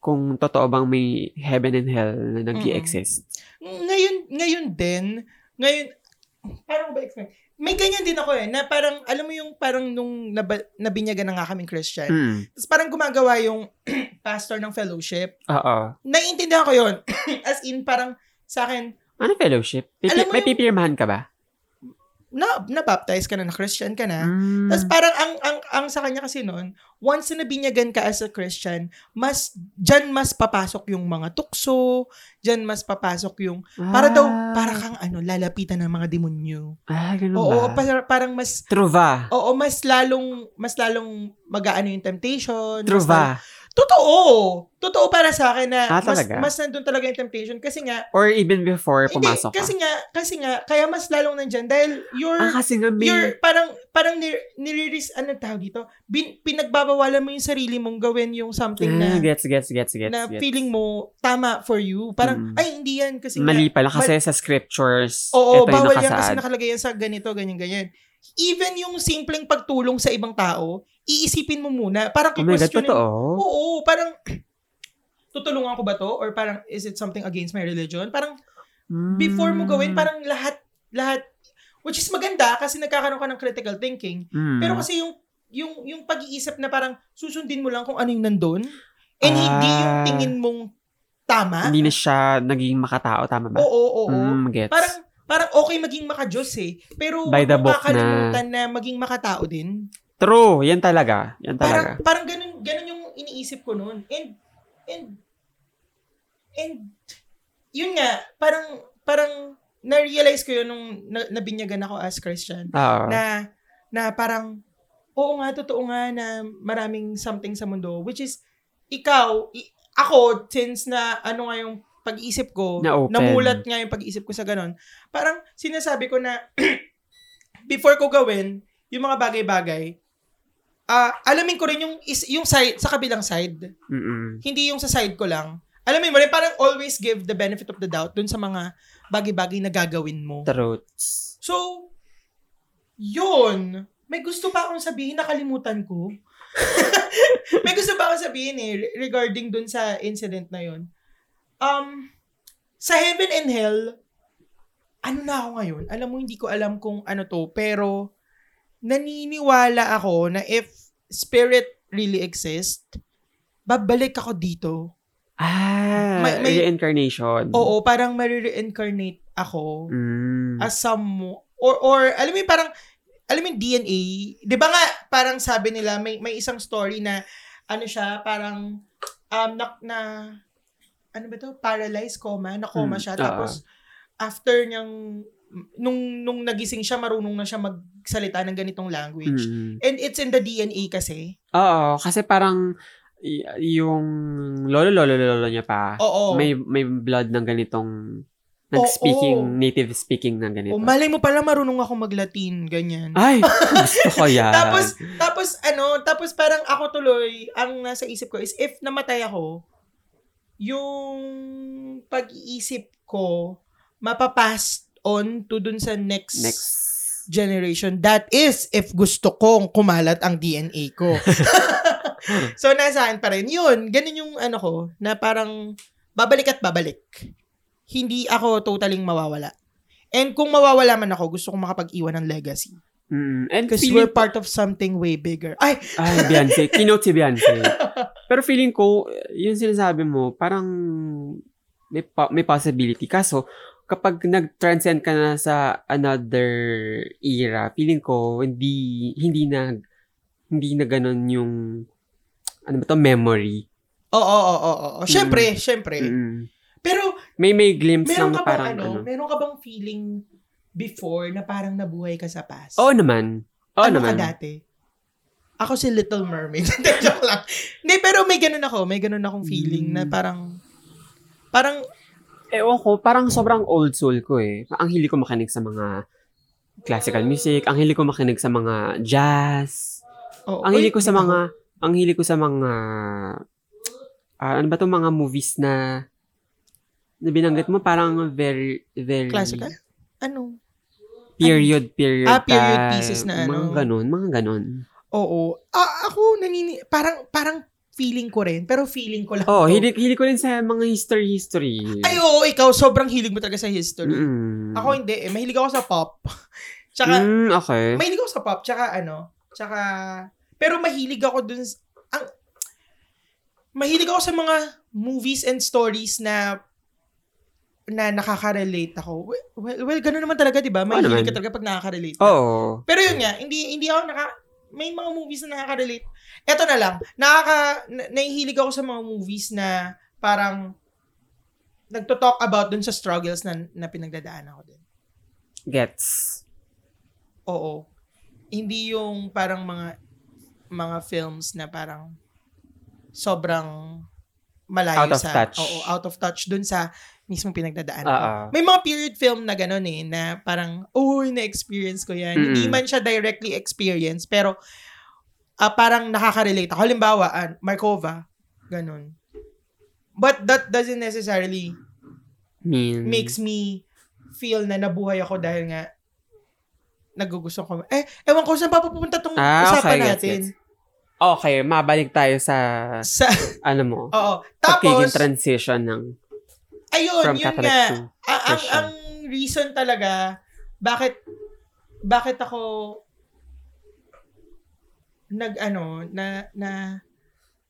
kung totoo bang may heaven and hell na nag exist Ngayon, ngayon din, ngayon, parang ba explain? May ganyan din ako eh, na parang, alam mo yung parang nung naba, nabinyagan na nga kaming Christian, Mm. Tapos parang gumagawa yung pastor ng fellowship. Oo. Naiintindihan ko yun. As in, parang sa akin, Ano fellowship? May, Alam pi- mo may yung- pipirmahan ka ba? na, na-baptize ka na, na-Christian ka na. Mm. Tapos parang ang, ang, ang sa kanya kasi noon, once na binyagan ka as a Christian, mas, dyan mas papasok yung mga tukso, dyan mas papasok yung, para daw, Ah. para kang ano, lalapitan ng mga demonyo. Ah, ganun ba? Oo, para- parang mas, True ba? oo, mas lalong, mas lalong mag-ano yung temptation. mas True ba? Totoo. Totoo para sa akin na Ah, mas, talaga? mas nandun talaga yung temptation. Kasi nga, Or even before hindi, pumasok ka? kasi nga, kasi nga, kaya mas lalong nandyan dahil you're, Ah, kasi nga may... you're parang, parang nir, niriris, anong tawag dito? Bin, pinagbabawalan mo yung sarili mong gawin yung something Ah, na, gets, gets, gets, gets. na gets. feeling mo tama for you. Mm. Parang, ay, hindi yan. Kasi nga, Mali pala kasi sa scriptures, ito Oo, yung bawal yan kasi nakasaad. nakalagay yan sa ganito, ganyan, ganyan. Even yung simpleng pagtulong sa ibang tao, iisipin mo muna. Parang oh my God, kikwestiyonin totoo? Oo, parang tutulungan ko ba to or parang is it something against my religion? Parang before Hmm. mo gawin, parang lahat lahat which is maganda kasi nagkakaroon ka ng critical thinking. Hmm. Pero kasi yung yung yung pag-iisip na parang susundin mo lang kung ano yung nandun and hindi yung Ah. tingin mong tama. Hindi na siya naging makatao, tama ba? Ah. Oo, oo, oo. Mm, gets. Parang parang okay maging maka-Diyos eh. Pero By the book na- makakalimutan na. maging makatao din. True, yan talaga. Yan talaga. Parang, parang ganun, ganun yung iniisip ko noon. And, and, and, yun nga, parang, parang, na-realize ko yun nung na- nabinyagan ako as Christian. Oo. Na, na parang, oo nga, totoo nga na maraming something sa mundo. Which is, ikaw, i- ako, since na ano nga yung pag-iisip ko, Na open. namulat nga yung pag-iisip ko sa ganun, parang sinasabi ko na before ko gawin, yung mga bagay-bagay, ah alamin ko rin yung, is, yung side, sa kabilang side. Mm-mm. Hindi yung sa side ko lang. Alamin mo rin, parang always give the benefit of the doubt dun sa mga bagay-bagay na gagawin mo. Truths. So, yun. May gusto pa akong sabihin, nakalimutan ko. May gusto pa akong sabihin eh, re- regarding dun sa incident na yun. Um, sa heaven and hell, ano na ako ngayon? Alam mo, hindi ko alam kung ano to, pero naniniwala ako na if spirit really exist, babalik ako dito. Ah, May- may- reincarnation. Oo, parang marireincarnate ako Mm. Mm-hmm. as some or or alam mo yung parang alam mo yung DNA, 'di ba nga parang sabi nila may may isang story na ano siya parang um na, na ano ba to paralyzed coma, na coma Hmm, oo. siya tapos after niyang nung nung nagising siya marunong na siya magsalita ng ganitong language. Mm. And it's in the DNA kasi. Oo, kasi parang y- yung lolo lolo lolo niya pa, Oo. may may blood ng ganitong ng Oo. speaking, native speaking ng ganito. o Oh, malay mo pala marunong ako mag-Latin, ganyan. Ay, gusto ko yan. Tapos, tapos ano, tapos parang ako tuloy, ang nasa isip ko is if namatay ako, yung pag-iisip ko, mapapass on to dun sa next, next. generation. That is, if gusto kong kumalat ang DNA ko. so, nasa akin pa rin. Yun, ganun yung ano ko, na parang babalik at babalik. Hindi ako totaling mawawala. And kung mawawala man ako, gusto kong makapag-iwan ng legacy. Mm, and Because feeling- we're part of something way bigger. Ay, Ay, Beyonce. Keynote si Beyonce. Pero feeling ko, yung sinasabi mo, parang may, pa- may possibility. Kaso, kapag nag-transcend ka na sa another era, feeling ko, hindi, hindi na, hindi na ganun yung, ano ba to, memory. oo, oo, oo, oo. Siyempre, siyempre. Mm. Pero, May, may glimpse ng meron ka bang parang, ano, ano. meron ka bang feeling before na parang nabuhay ka sa past? Oo naman. Oo ano Oh, naman. ka dati? Ako si Little Mermaid. Hindi, joke lang. Hindi, pero may ganun ako. May ganun akong feeling na Mm. parang, parang, Ewan ko, parang sobrang old soul ko eh. Ang hili ko makinig sa mga classical music, ang hili ko makinig sa mga jazz, oo. ang hili Uy, ko sa may mga ang hili ko sa mga ah, ano ba 'tong mga movies na na binanggit mo parang very very tao. Classical? Ano? period period Ah, period type, pieces na mga ano. ganun mga ganun Oo. Ah, ako, nanini, parang, parang feeling ko rin. Pero feeling ko lang. oh to. hili, hili ko rin sa mga history history Ay, oo, ikaw, sobrang hilig mo talaga sa history. Mm. Ako hindi eh. Mahilig ako sa pop. tsaka, Mm, okay mahilig ako sa pop. Tsaka ano, tsaka, pero mahilig ako dun, s- ang, mahilig ako sa mga movies and stories na na nakaka-relate ako. Well, well ganun naman talaga, di ba? May Oo Ano naman. Oh. ka talaga pag nakaka-relate. Oo. Pero yun nga, hindi hindi ako naka may mga movies na nakaka-relate. Eto na lang, nakaka na- nahihilig ako sa mga movies na parang nagto-talk about dun sa struggles na, na pinagdadaanan ko din. Gets. Oo. Hindi yung parang mga mga films na parang sobrang malayo Out of sa touch. Ah, oo, out of touch dun sa mismong pinagdadaanan. ko. Oo. May mga period film na gano'n eh, na parang, uy, na-experience ko yan. Mm-mm. Hindi man siya directly experience, pero ah, parang nakaka-relate ako. Halimbawa, ah, Markova, gano'n. But that doesn't necessarily Mean. makes me feel na nabuhay ako dahil nga nagugusto ko. Eh, ewan ko saan papupunta tong Ah, usapan okay, gets, natin. gets. Okay, mabalik tayo sa, Sa, ano mo, oo. pagiging Tapos, transition ng, ayun, from yun Catholic nga. to, Ah, ang, Christian. ang reason talaga bakit bakit ako nag ano na na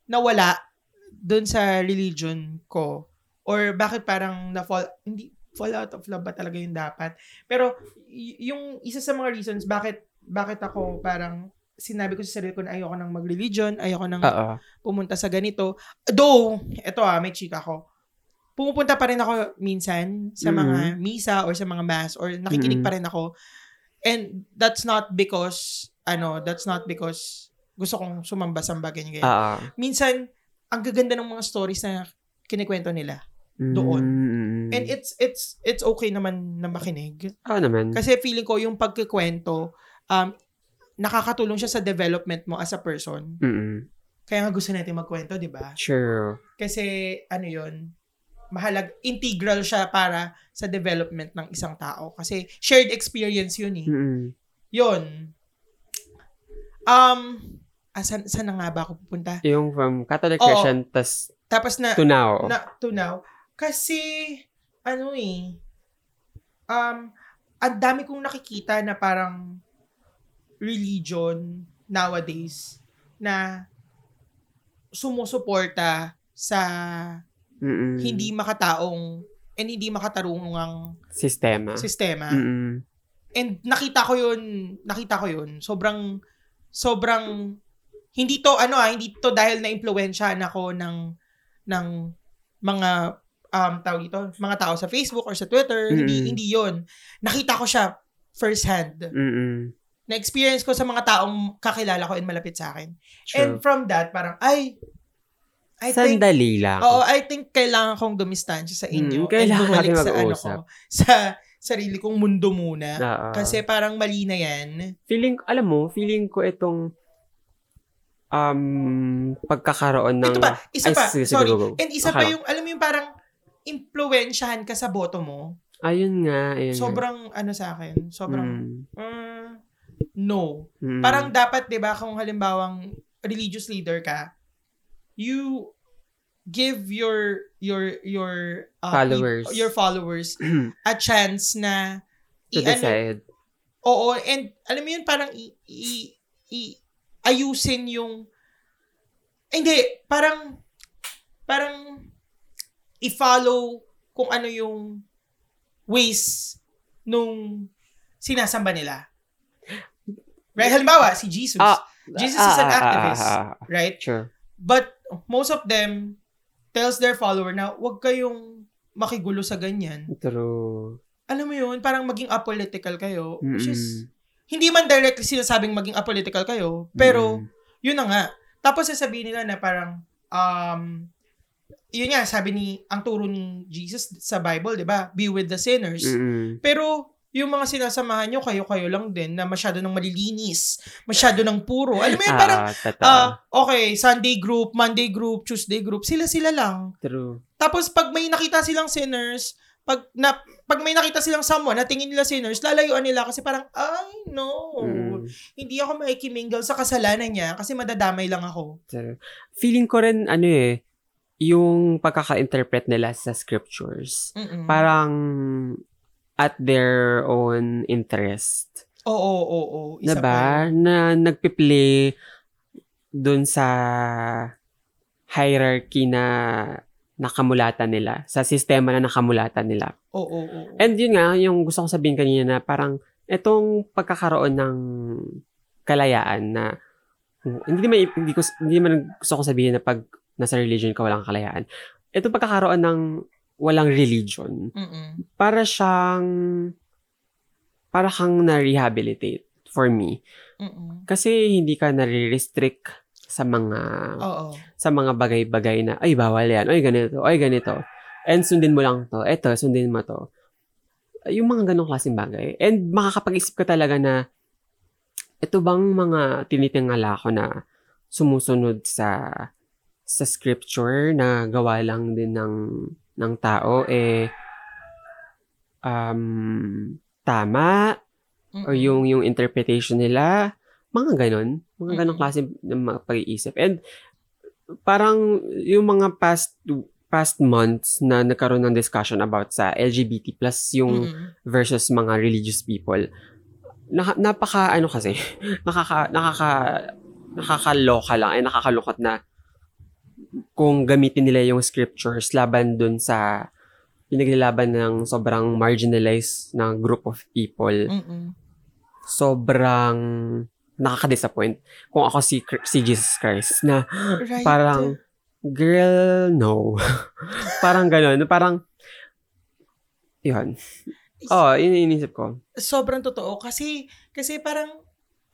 nawala doon sa religion ko or bakit parang na fall hindi fall out of love ba talaga yung dapat pero y- yung isa sa mga reasons bakit bakit ako parang sinabi ko sa sarili ko na ayoko nang mag-religion, ayoko nang oo. pumunta sa ganito. Though, eto ah, may chika ko. Pumupunta pa rin ako minsan sa mga misa or sa mga mass or Mm-mm. nakikinig pa rin ako. And that's not because, ano, that's not because gusto kong sumamba-samba, ganyan, ganyan. Oo. Minsan, ang gaganda ng mga stories na kinikwento nila. Doon. Mm. And it's, it's, it's okay naman na makinig. Oo naman. Kasi feeling ko yung pagkikwento, um, nakakatulong siya sa development mo as a person. Mm-mm. Kaya nga gusto natin magkwento, di ba? True. Kasi ano yun, mahalag, integral siya para sa development ng isang tao. Kasi shared experience yun eh. Mm-mm. Yun. Um, asan, saan na nga ba ako pupunta? Yung from Catholic Oo. Christian, tas Tapos na, to now. na to now. Kasi, ano eh, um, ang dami kong nakikita na parang religion nowadays na sumusuporta sa Mm-mm. hindi makataong and hindi makatarungang Sistema. sistema. Mm-mm. And nakita ko 'yun, nakita ko 'yun. Sobrang sobrang hindi to ano ah, hindi to dahil na impluwensyahan ako ng ng mga um tawag ito, mga tao sa Facebook or sa Twitter, hindi Mm-mm. hindi 'yun. Nakita ko siya first hand. Mm-mm. Na experience ko sa mga taong kakilala ko and malapit sa akin. And True. from that parang ay I think Sandali lang. Oo, I think kailangan kong dumistansya sa Mm, inyo. kailangan and bumalik natin sa ano ko, mag-uusap. sa sarili kong mundo muna. Oo. Kasi parang mali na yan. feeling, alam mo, feeling ko itong um, pagkakaroon ng... Ito pa, Ay, isa pa, sige, sige, sorry. go, go. And isa Akala pa yung, alam mo yung parang impluensyahan ka sa boto mo. Ayun nga, ayun nga. Sobrang ano sa akin, sobrang Mm, mm, no. mm, Parang dapat 'di ba kung halimbawang religious leader ka, you give your your your uh, Followers. your followers a chance na to i-ano decide. Oo, and alam mo yun, parang i, i, i- ayusin yung, Ay, hindi, parang, parang, i-follow kung ano yung ways nung sinasamba nila. Right? Halimbawa, si Jesus, Ah, Jesus is ah, an ah, activist. ah, ah, ah. right? True. But most of them tells their follower na huwag kayong makigulo sa ganyan. True. Alam mo yun, parang maging apolitical kayo. Which is, Mm-mm. hindi man directly sinasabing maging apolitical kayo, Mm. pero yun na nga. Tapos sasabihin nila na parang, um, yun nga, sabi ni, ang turo ni Jesus sa Bible, di ba? Be with the sinners. Mm-mm. Pero, yung mga sinasamahan nyo, kayo-kayo lang din na masyado ng malilinis, masyado ng puro. Alam mo yun, Ah, parang, ah, totoo. ah, okay, Sunday group, Monday group, Tuesday group, sila-sila lang. True. Tapos pag may nakita silang sinners, pag na, pag may nakita silang someone na tingin nila sinners, lalayuan nila kasi parang, ay, no. Mm, Hindi ako maikimingle sa kasalanan niya kasi madadamay lang ako. true. Feeling ko rin, ano eh, yung pagkaka-interpret nila sa scriptures, Mm-mm. parang at their own interest. oo, oo, oo, oo. Isa pa yun. Diba? Na nagpiplay dun sa hierarchy na nakamulatan nila, sa sistema na nakamulatan nila. Oo, oo, oo. And yun nga, yung gusto kong sabihin kanina na parang itong pagkakaroon ng kalayaan na oh, hindi may hindi ko hindi man gusto kong sabihin na pag nasa religion ka walang kalayaan. Itong pagkakaroon ng walang religion, Mm-mm. para siyang para kang na-rehabilitate for me. Mm-mm. Kasi hindi ka nare-restrict sa mga Oo. sa mga bagay-bagay na, ay, bawal yan, ay, ganito, ay, ganito. And sundin mo lang to, eto, sundin mo to. Yung mga ganong klaseng bagay. And makakapag-isip ka talaga na, ito bang mga tinitingala ko na sumusunod sa sa scripture na gawa lang din ng ng tao eh um tama Mm-mm. or yung yung interpretation nila, mga ganun, mga ganong Mm-mm. klase ng mga pag-iisip. And parang yung mga past past months na nagkaroon ng discussion about sa LGBT plus yung Mm-mm. versus mga religious people. Naka, napaka ano kasi, nakaka nakaka nakakaloka lang ay nakakalungkot na kung gamitin nila yung scriptures laban dun sa pinaglalaban ng sobrang marginalized na group of people Mm-mm. sobrang nakaka-disappoint kung ako si, Cr- si Jesus Christ na Right. parang girl, no. parang ganun. Parang, yun. Oo, oh, yun yung inisip ko. sobrang totoo kasi kasi parang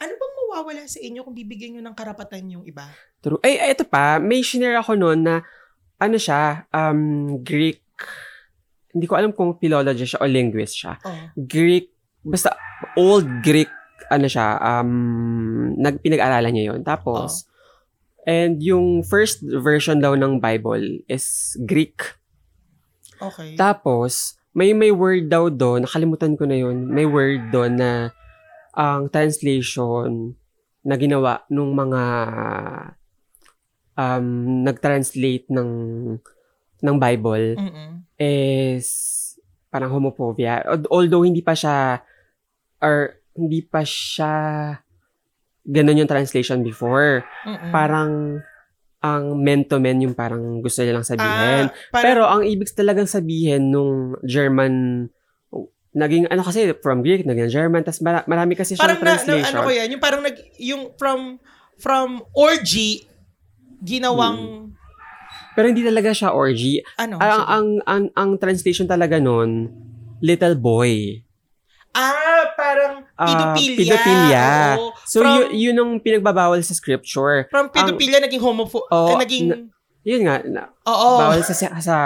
ano bang mawawala sa inyo kung bibigyan nyo ng karapatan yung iba? True. Ay, ay, ito pa, may shinare ako noon na, ano siya, um, Greek, hindi ko alam kung philologist siya o linguist siya. Oh. Greek, basta old Greek, ano siya, um, nagpinag-aralan niya yon Tapos, and yung first version daw ng Bible is Greek. Okay. Tapos, may may word daw doon, nakalimutan ko na yon may word doon na ang translation na ginawa nung mga um, nag-translate ng ng Bible Mm-mm. is parang homophobia. Al- Although hindi pa siya or hindi pa siya ganun yung translation before. Mm-mm. Parang ang men to men yung parang gusto nilang sabihin. Ah, parang- Pero ang ibig talagang sabihin nung German naging ano kasi from Greek naging German tas mara- marami kasi siyang parang na, na, translation. ano ko yan, yung parang nag, yung from, from orgy, ginawang, Mm. Pero hindi talaga siya orgy. ang, ano? sige. ang ang ang translation talaga nun little boy. ah, parang Ah, pedophilia. pedophilia. Oo. So, From- yu- yun ang pinagbabawal sa scripture. from pedophilia, naging homopho, Oo, eh, naging, Yun nga, na- oo. bawal sa, eh. sa,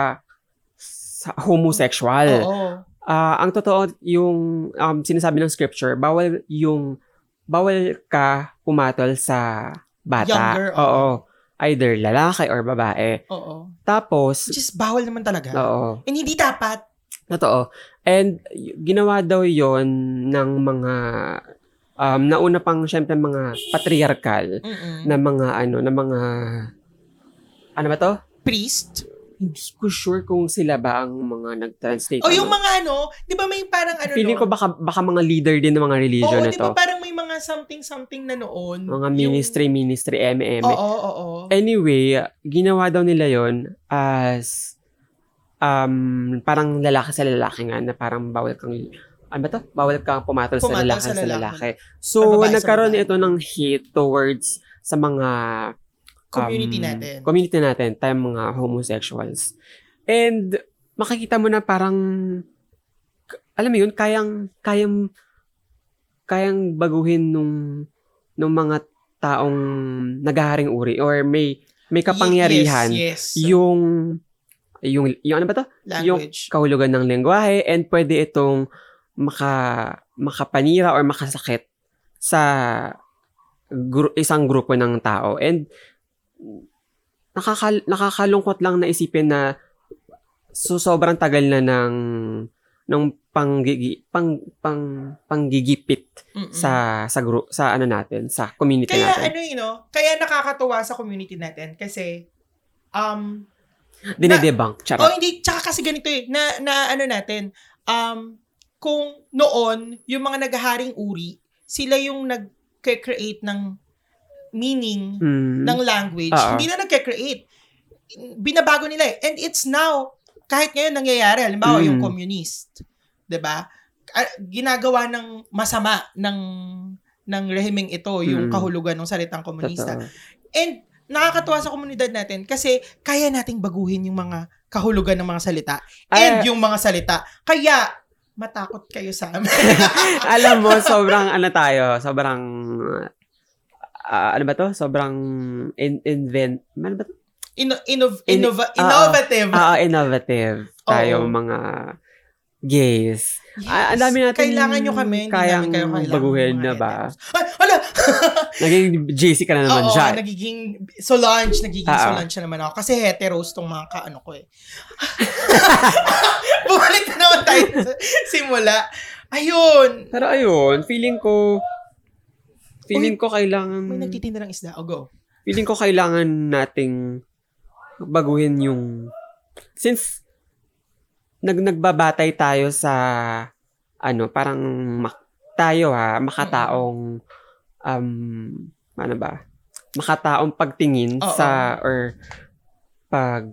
sa homosexual. Oo. Ah, ang totoo, yung um, sinasabi ng scripture, bawal yung, bawal ka pumatol sa bata. Younger, oo. Oo. Either lalaki or babae. Oo. Tapos, Which is bawal naman talaga. oo, And hindi dapat. totoo. And y- ginawa daw yon ng mga, um, nauna pang, syempre, mga patriarchal Mm-mm. na mga ano, na mga ano ba to? Priest. Hindi ko sure kung sila ba ang mga nag-translate. O yung ano. mga ano, di ba may parang ano Feeling ko nun? baka, baka mga leader din ng mga religion Oo, na di to. ba parang may mga something-something na noon. Mga Yung- ministry, ministry, MM. Oo, oo, oo. Anyway, ginawa daw nila yon as um, parang lalaki sa lalaki nga na parang bawal kang ano ba to? Bawal kang pumatol, sa Pumatol lalaki sa sa lalaki. lalaki. Sa So, babae, sa nagkaroon babae. ito ng hate towards sa mga Community um, natin. Community natin, tayong mga homosexuals. And makikita mo na parang k- alam mo yun, kayang kayang kayang baguhin nung nung mga taong naghaharing uri or may may kapangyarihan Yes, yes. yung yung yung ano ba to? language. Kahulugan ng lengguwahe and pwede itong maka makapanira or makasakit sa gru- isang grupo ng tao. And nakakal- nakakalungkot lang na isipin na so sobrang tagal na ng ng panggigi pang pang panggigipit Mm-mm. sa sa gru- sa ano natin sa community kaya natin. ano yun, no? Kaya nakakatuwa sa community natin kasi um Dinedebunk charot. oh hindi tsaka kasi ganito eh na, na ano natin um kung noon yung mga naghaharing uri sila yung nag-create ng meaning Mm. oh, ng language Oo. hindi na nag-create binabago nila eh. And it's now, kahit ngayon nangyayari, halimbawa Mm. yung communist, 'di ba? Ah, Ginagawa ng masama ng ng rehimeng ito, yung Mm. kahulugan ng salitang komunista. Totoo. And nakakatuwa sa komunidad natin kasi kaya nating baguhin yung mga kahulugan ng mga salita Ay, and yung mga salita. Kaya matakot kayo sa amin. alam mo, sobrang ano tayo, sobrang, ah, ano ba to? Sobrang in- invent, ano ba to? Ino- inov- In- innova- ah, innovative. Ah, innovative tayo Oo. mga gays. Ah, ang dami natin Kailangan nyo kami. Hindi kayang namin kayo kailangan. baguhin, Mga na ba? heteros. Ay, wala! Naging JC ka na naman Oo, dyan. nagiging Solange, nagiging Ah, ah. Solange na naman ako. Kasi heteros tong mga kaano ko eh. Bumalik na naman tayo sa simula. Ayun! Pero ayun, feeling ko, feeling ko kailangan, May nagtitinda ng isda. O go. feeling ko kailangan nating baguhin yung, since, nag, nagbabatay tayo sa, ano, parang, mak- tayo ha, makataong, um, ano ba, makataong pagtingin Oo. sa, or, pag,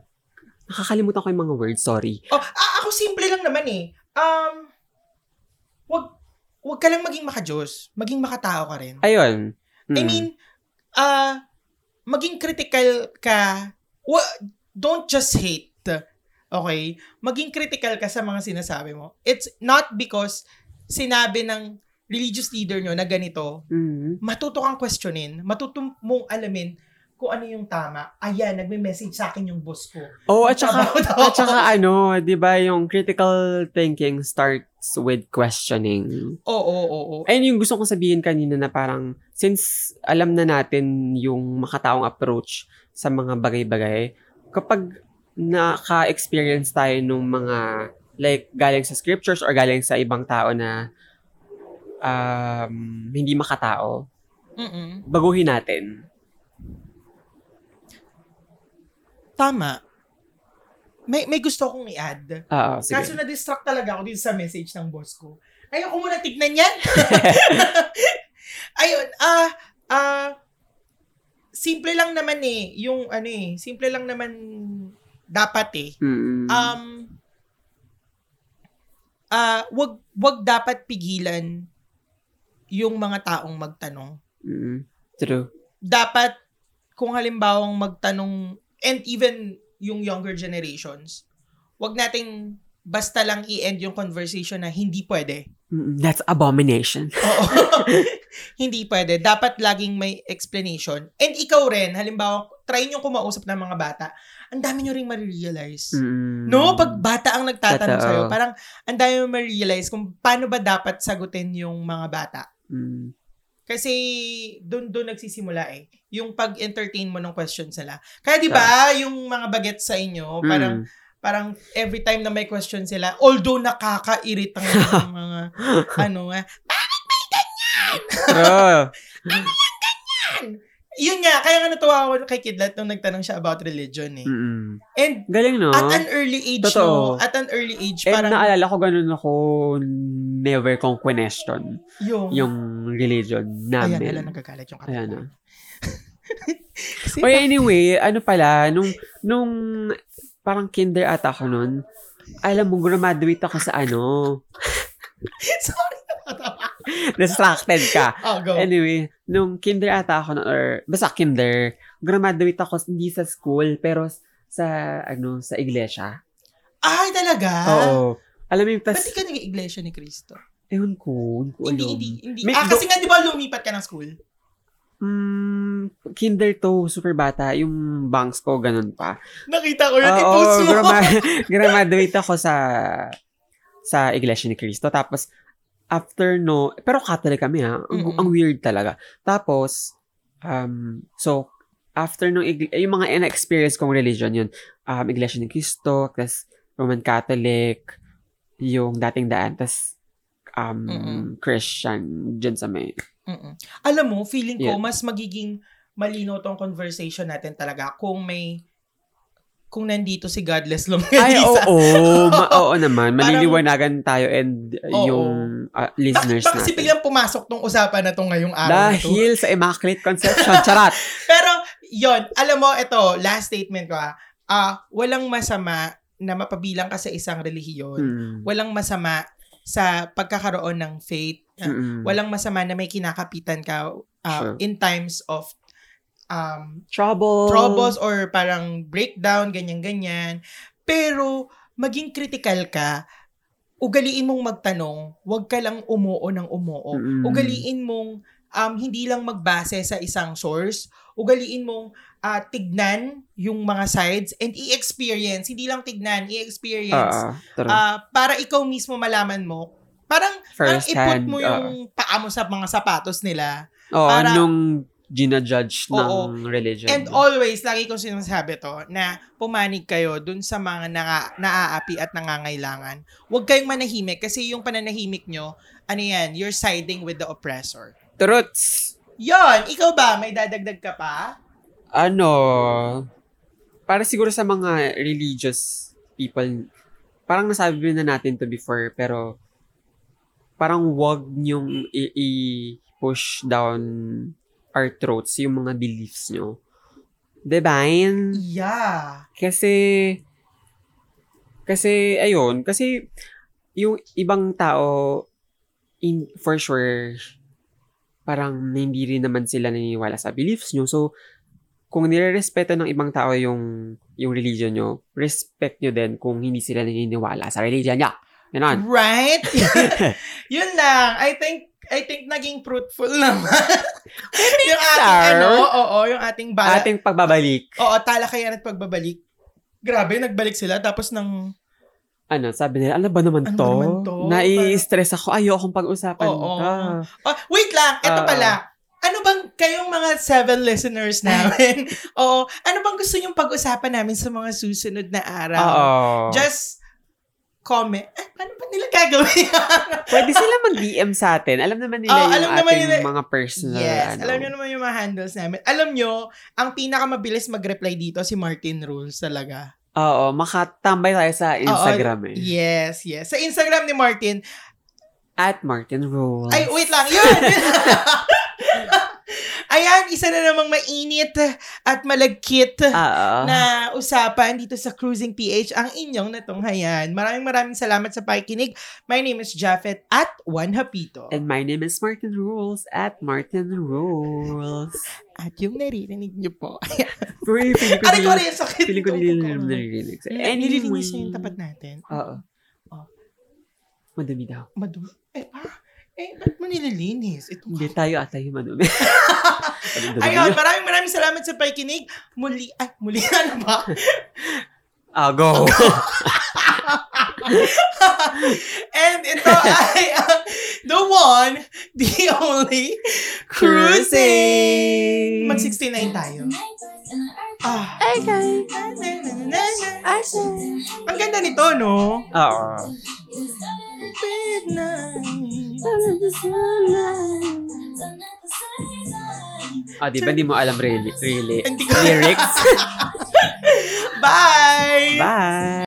nakakalimutan ko yung mga words, sorry. Oh, ah, ako simple lang naman eh. Um, wag, wag ka lang maging makajos. Maging makatao ka rin. Ayun. I Mm. mean, uh, maging critical ka. Wa- don't just hate. Okay? Maging critical ka sa mga sinasabi mo. It's not because sinabi ng religious leader nyo na ganito, Mm. matuto kang questionin, matuto mong alamin kung ano yung tama. Ayan, nagme-message sa akin yung boss ko. Oo, Oh, at saka, Trabaho at saka ano, di ba, yung critical thinking starts with questioning. Oo, oo, oo. Ayun yung gusto kong sabihin kanina na parang, since alam na natin yung makataong approach sa mga bagay-bagay, kapag naka-experience tayo nung mga, like, galing sa scriptures or galing sa ibang tao na um, hindi makatao, Mm-mm. baguhin natin. Tama. May, may gusto akong i-add. Oo, Kaso sige. na-distract talaga ako dito sa message ng boss ko. Ayoko muna tignan yan. Ayun, ah, ah, simple lang naman eh, yung ano eh, simple lang naman dapat eh. Mm-mm. Um, ah, wag, wag dapat pigilan yung mga taong magtanong. Mm-mm. True. Dapat, kung halimbawang magtanong, and even yung younger generations, wag nating basta lang i-end yung conversation na hindi pwede. Mm-mm. That's abomination. Oo. Hindi pwede. Dapat laging may explanation. And ikaw rin, halimbawa, try nyo kumausap ng mga bata. Ang dami nyo rin marirealize. Mm. No? Pag bata ang nagtatanong Totoo. sa'yo, parang ang dami mo marirealize kung paano ba dapat sagutin yung mga bata. Mm. Kasi doon doon nagsisimula eh. Yung pag-entertain mo ng questions nila. Kaya di ba yung mga bagets sa inyo, parang Mm. parang every time na may question sila, although nakakairit ang yung mga ano nga, True. yun nga, kaya nga natuwa ako kay Kidlat nung nagtanong siya about religion eh. Mm-mm. And Galing, no? at an early Hmm. age, Ah. Totoo. no? At an early age, And parang naalala ko, ganun ako, never kong question yung... yung religion ayan, alam, namin. nagagalit yung Ayan, katawan. ah. Kasi, Or anyway, ano pala, nung, nung parang kinder ata ako nun, alam mo, graduate ako sa ano, sorry. distracted ka. Oh, go. Anyway, nung kinder ata ako, nun, or basta kinder, graduate ako hindi sa school, pero sa, ano, sa iglesia. Ay, talaga? Oo. Alam mo yung, Ba't di tas, ka nag-iglesia ni Cristo? ewan ko, ano. hindi ko Hindi, alam. hindi, hindi. May- ah, kasi nga, di ba lumipat ka ng school? Mm, kinder to, super bata. Yung bangs ko, ganun pa. Nakita ko yun, Ah, Oo, i-post mo. grama- graduate ako sa sa Iglesia ni Cristo. Tapos, after no, pero Catholic kami ha. Ang, Mm-mm. ang weird talaga. Tapos, um, so, after nung, ig- yung mga in-experience kong religion yun, um, Iglesia ni Cristo, tapos Roman Catholic, yung dating daan, tapos um, Mm-mm. Christian, dyan sa may Mm-mm. Alam mo, feeling ko, Yeah. mas magiging malino tong conversation natin talaga kung may kung nandito si Godless Longganisa. Ay, oo. ma- oo naman. Maliliwanagan tayo and uh, Oo. yung uh, Bak- listeners Bakit kasi natin. biglang pumasok tong usapan na to ngayong araw na to? Dahil sa Immaculate Conception. Charot! Pero, yon alam mo, ito, last statement ko ha. ah, walang masama na mapabilang ka sa isang relihiyon. Mm. Walang masama sa pagkakaroon ng faith. Ah, Mm-mm. Walang masama na may kinakapitan ka Hmm. Sure. ah, in times of um, trouble. troubles Oh. or parang breakdown, ganyan-ganyan. Pero maging critical ka, ugaliin mong magtanong, huwag ka lang umuo ng umuo. Mm. Ugaliin mong um, hindi lang magbase sa isang source, ugaliin mong ah, tignan yung mga sides and i-experience, hindi lang tignan, i-experience. Ah, ah, true. Ah, para ikaw mismo malaman mo, parang, parang First ipot hand. mo ah. yung paa mo sa mga sapatos nila. Oo, para- nung ginajudge ng Oo. religion. And always, lagi kong sinasabi to, na pumanig kayo dun sa mga naka, naaapi at nangangailangan. Huwag kayong manahimik kasi yung pananahimik nyo, ano yan, you're siding with the oppressor. Truths! Yon, ikaw ba? May dadagdag ka pa? Ano, para siguro sa mga religious people, parang nasabi na natin to before, pero parang wag niyong i- i-push down our throats yung mga beliefs niyo. Diba? Divine? Yeah. Kasi, kasi, ayun, kasi, yung ibang tao, in, for sure, parang hindi rin naman sila naniniwala sa beliefs nyo. So, kung nirerespeto ng ibang tao yung, yung religion nyo, respect nyo din kung hindi sila naniniwala sa religion niya. Ganon. Right? Yun lang. I think I think naging fruitful naman. yung ating sir. ano, oo, yung ating bala. Ating pagbabalik, Oo, talakayan at pagbabalik. Grabe, nagbalik sila tapos nang ano, sabi nila, ano ba naman Ano to? ba naman to? Nai-stress ako, ayokong pag-usapan Oo. ka. Oh, wait lang, eto Ah. pala. Ano bang kayong mga seven listeners namin? Oo. Ano bang gusto niyong pag-usapan namin sa mga susunod na araw? Oo. Just comment. Eh, paano ba nila gagawin? Pwede sila mag-DM sa atin. Alam naman nila Oo, yung Oh, alam ating naman nila- mga personal. yes. ano. Alam niyo naman yung mga handles namin. Alam niyo, ang pinakamabilis mag-reply dito si Martin Rules talaga. Oo, makatambay tayo sa Instagram eh. Yes, yes. Sa Instagram ni Martin. At Martin Rules. Ay, wait lang. Yun! Ayan, isa na namang mainit at malagkit Oo. na usapan dito sa Cruising PH ang inyong natunghayan. Maraming maraming salamat sa pakikinig. My name is Japheth at Juan Hapito. And my name is Martin Rules at Martin Rules. At yung naririnig niyo po. Uy, feeling ko Aray ko nila- rin yung sakit. Feeling ko nito. nila naririnig. Nil- Anyway. Nililinis niya yung tapat natin. Oo. Oh. Madumi daw. Madumi. Eh, pa? Eh, ba't mo nililinis? Ito Hindi tayo ata yung madumi. Anong dumi? Ayun, maraming maraming salamat sa pakikinig. Muli, ay, muli ano ba? Ah, go. And ito ay ang the one, the only, Cruising! Mag-69 tayo. Ah. Okay. Ang ganda nito, no? Oo. Ah, di ba di mo alam really, really Hindi ko- lyrics? Bye! Bye!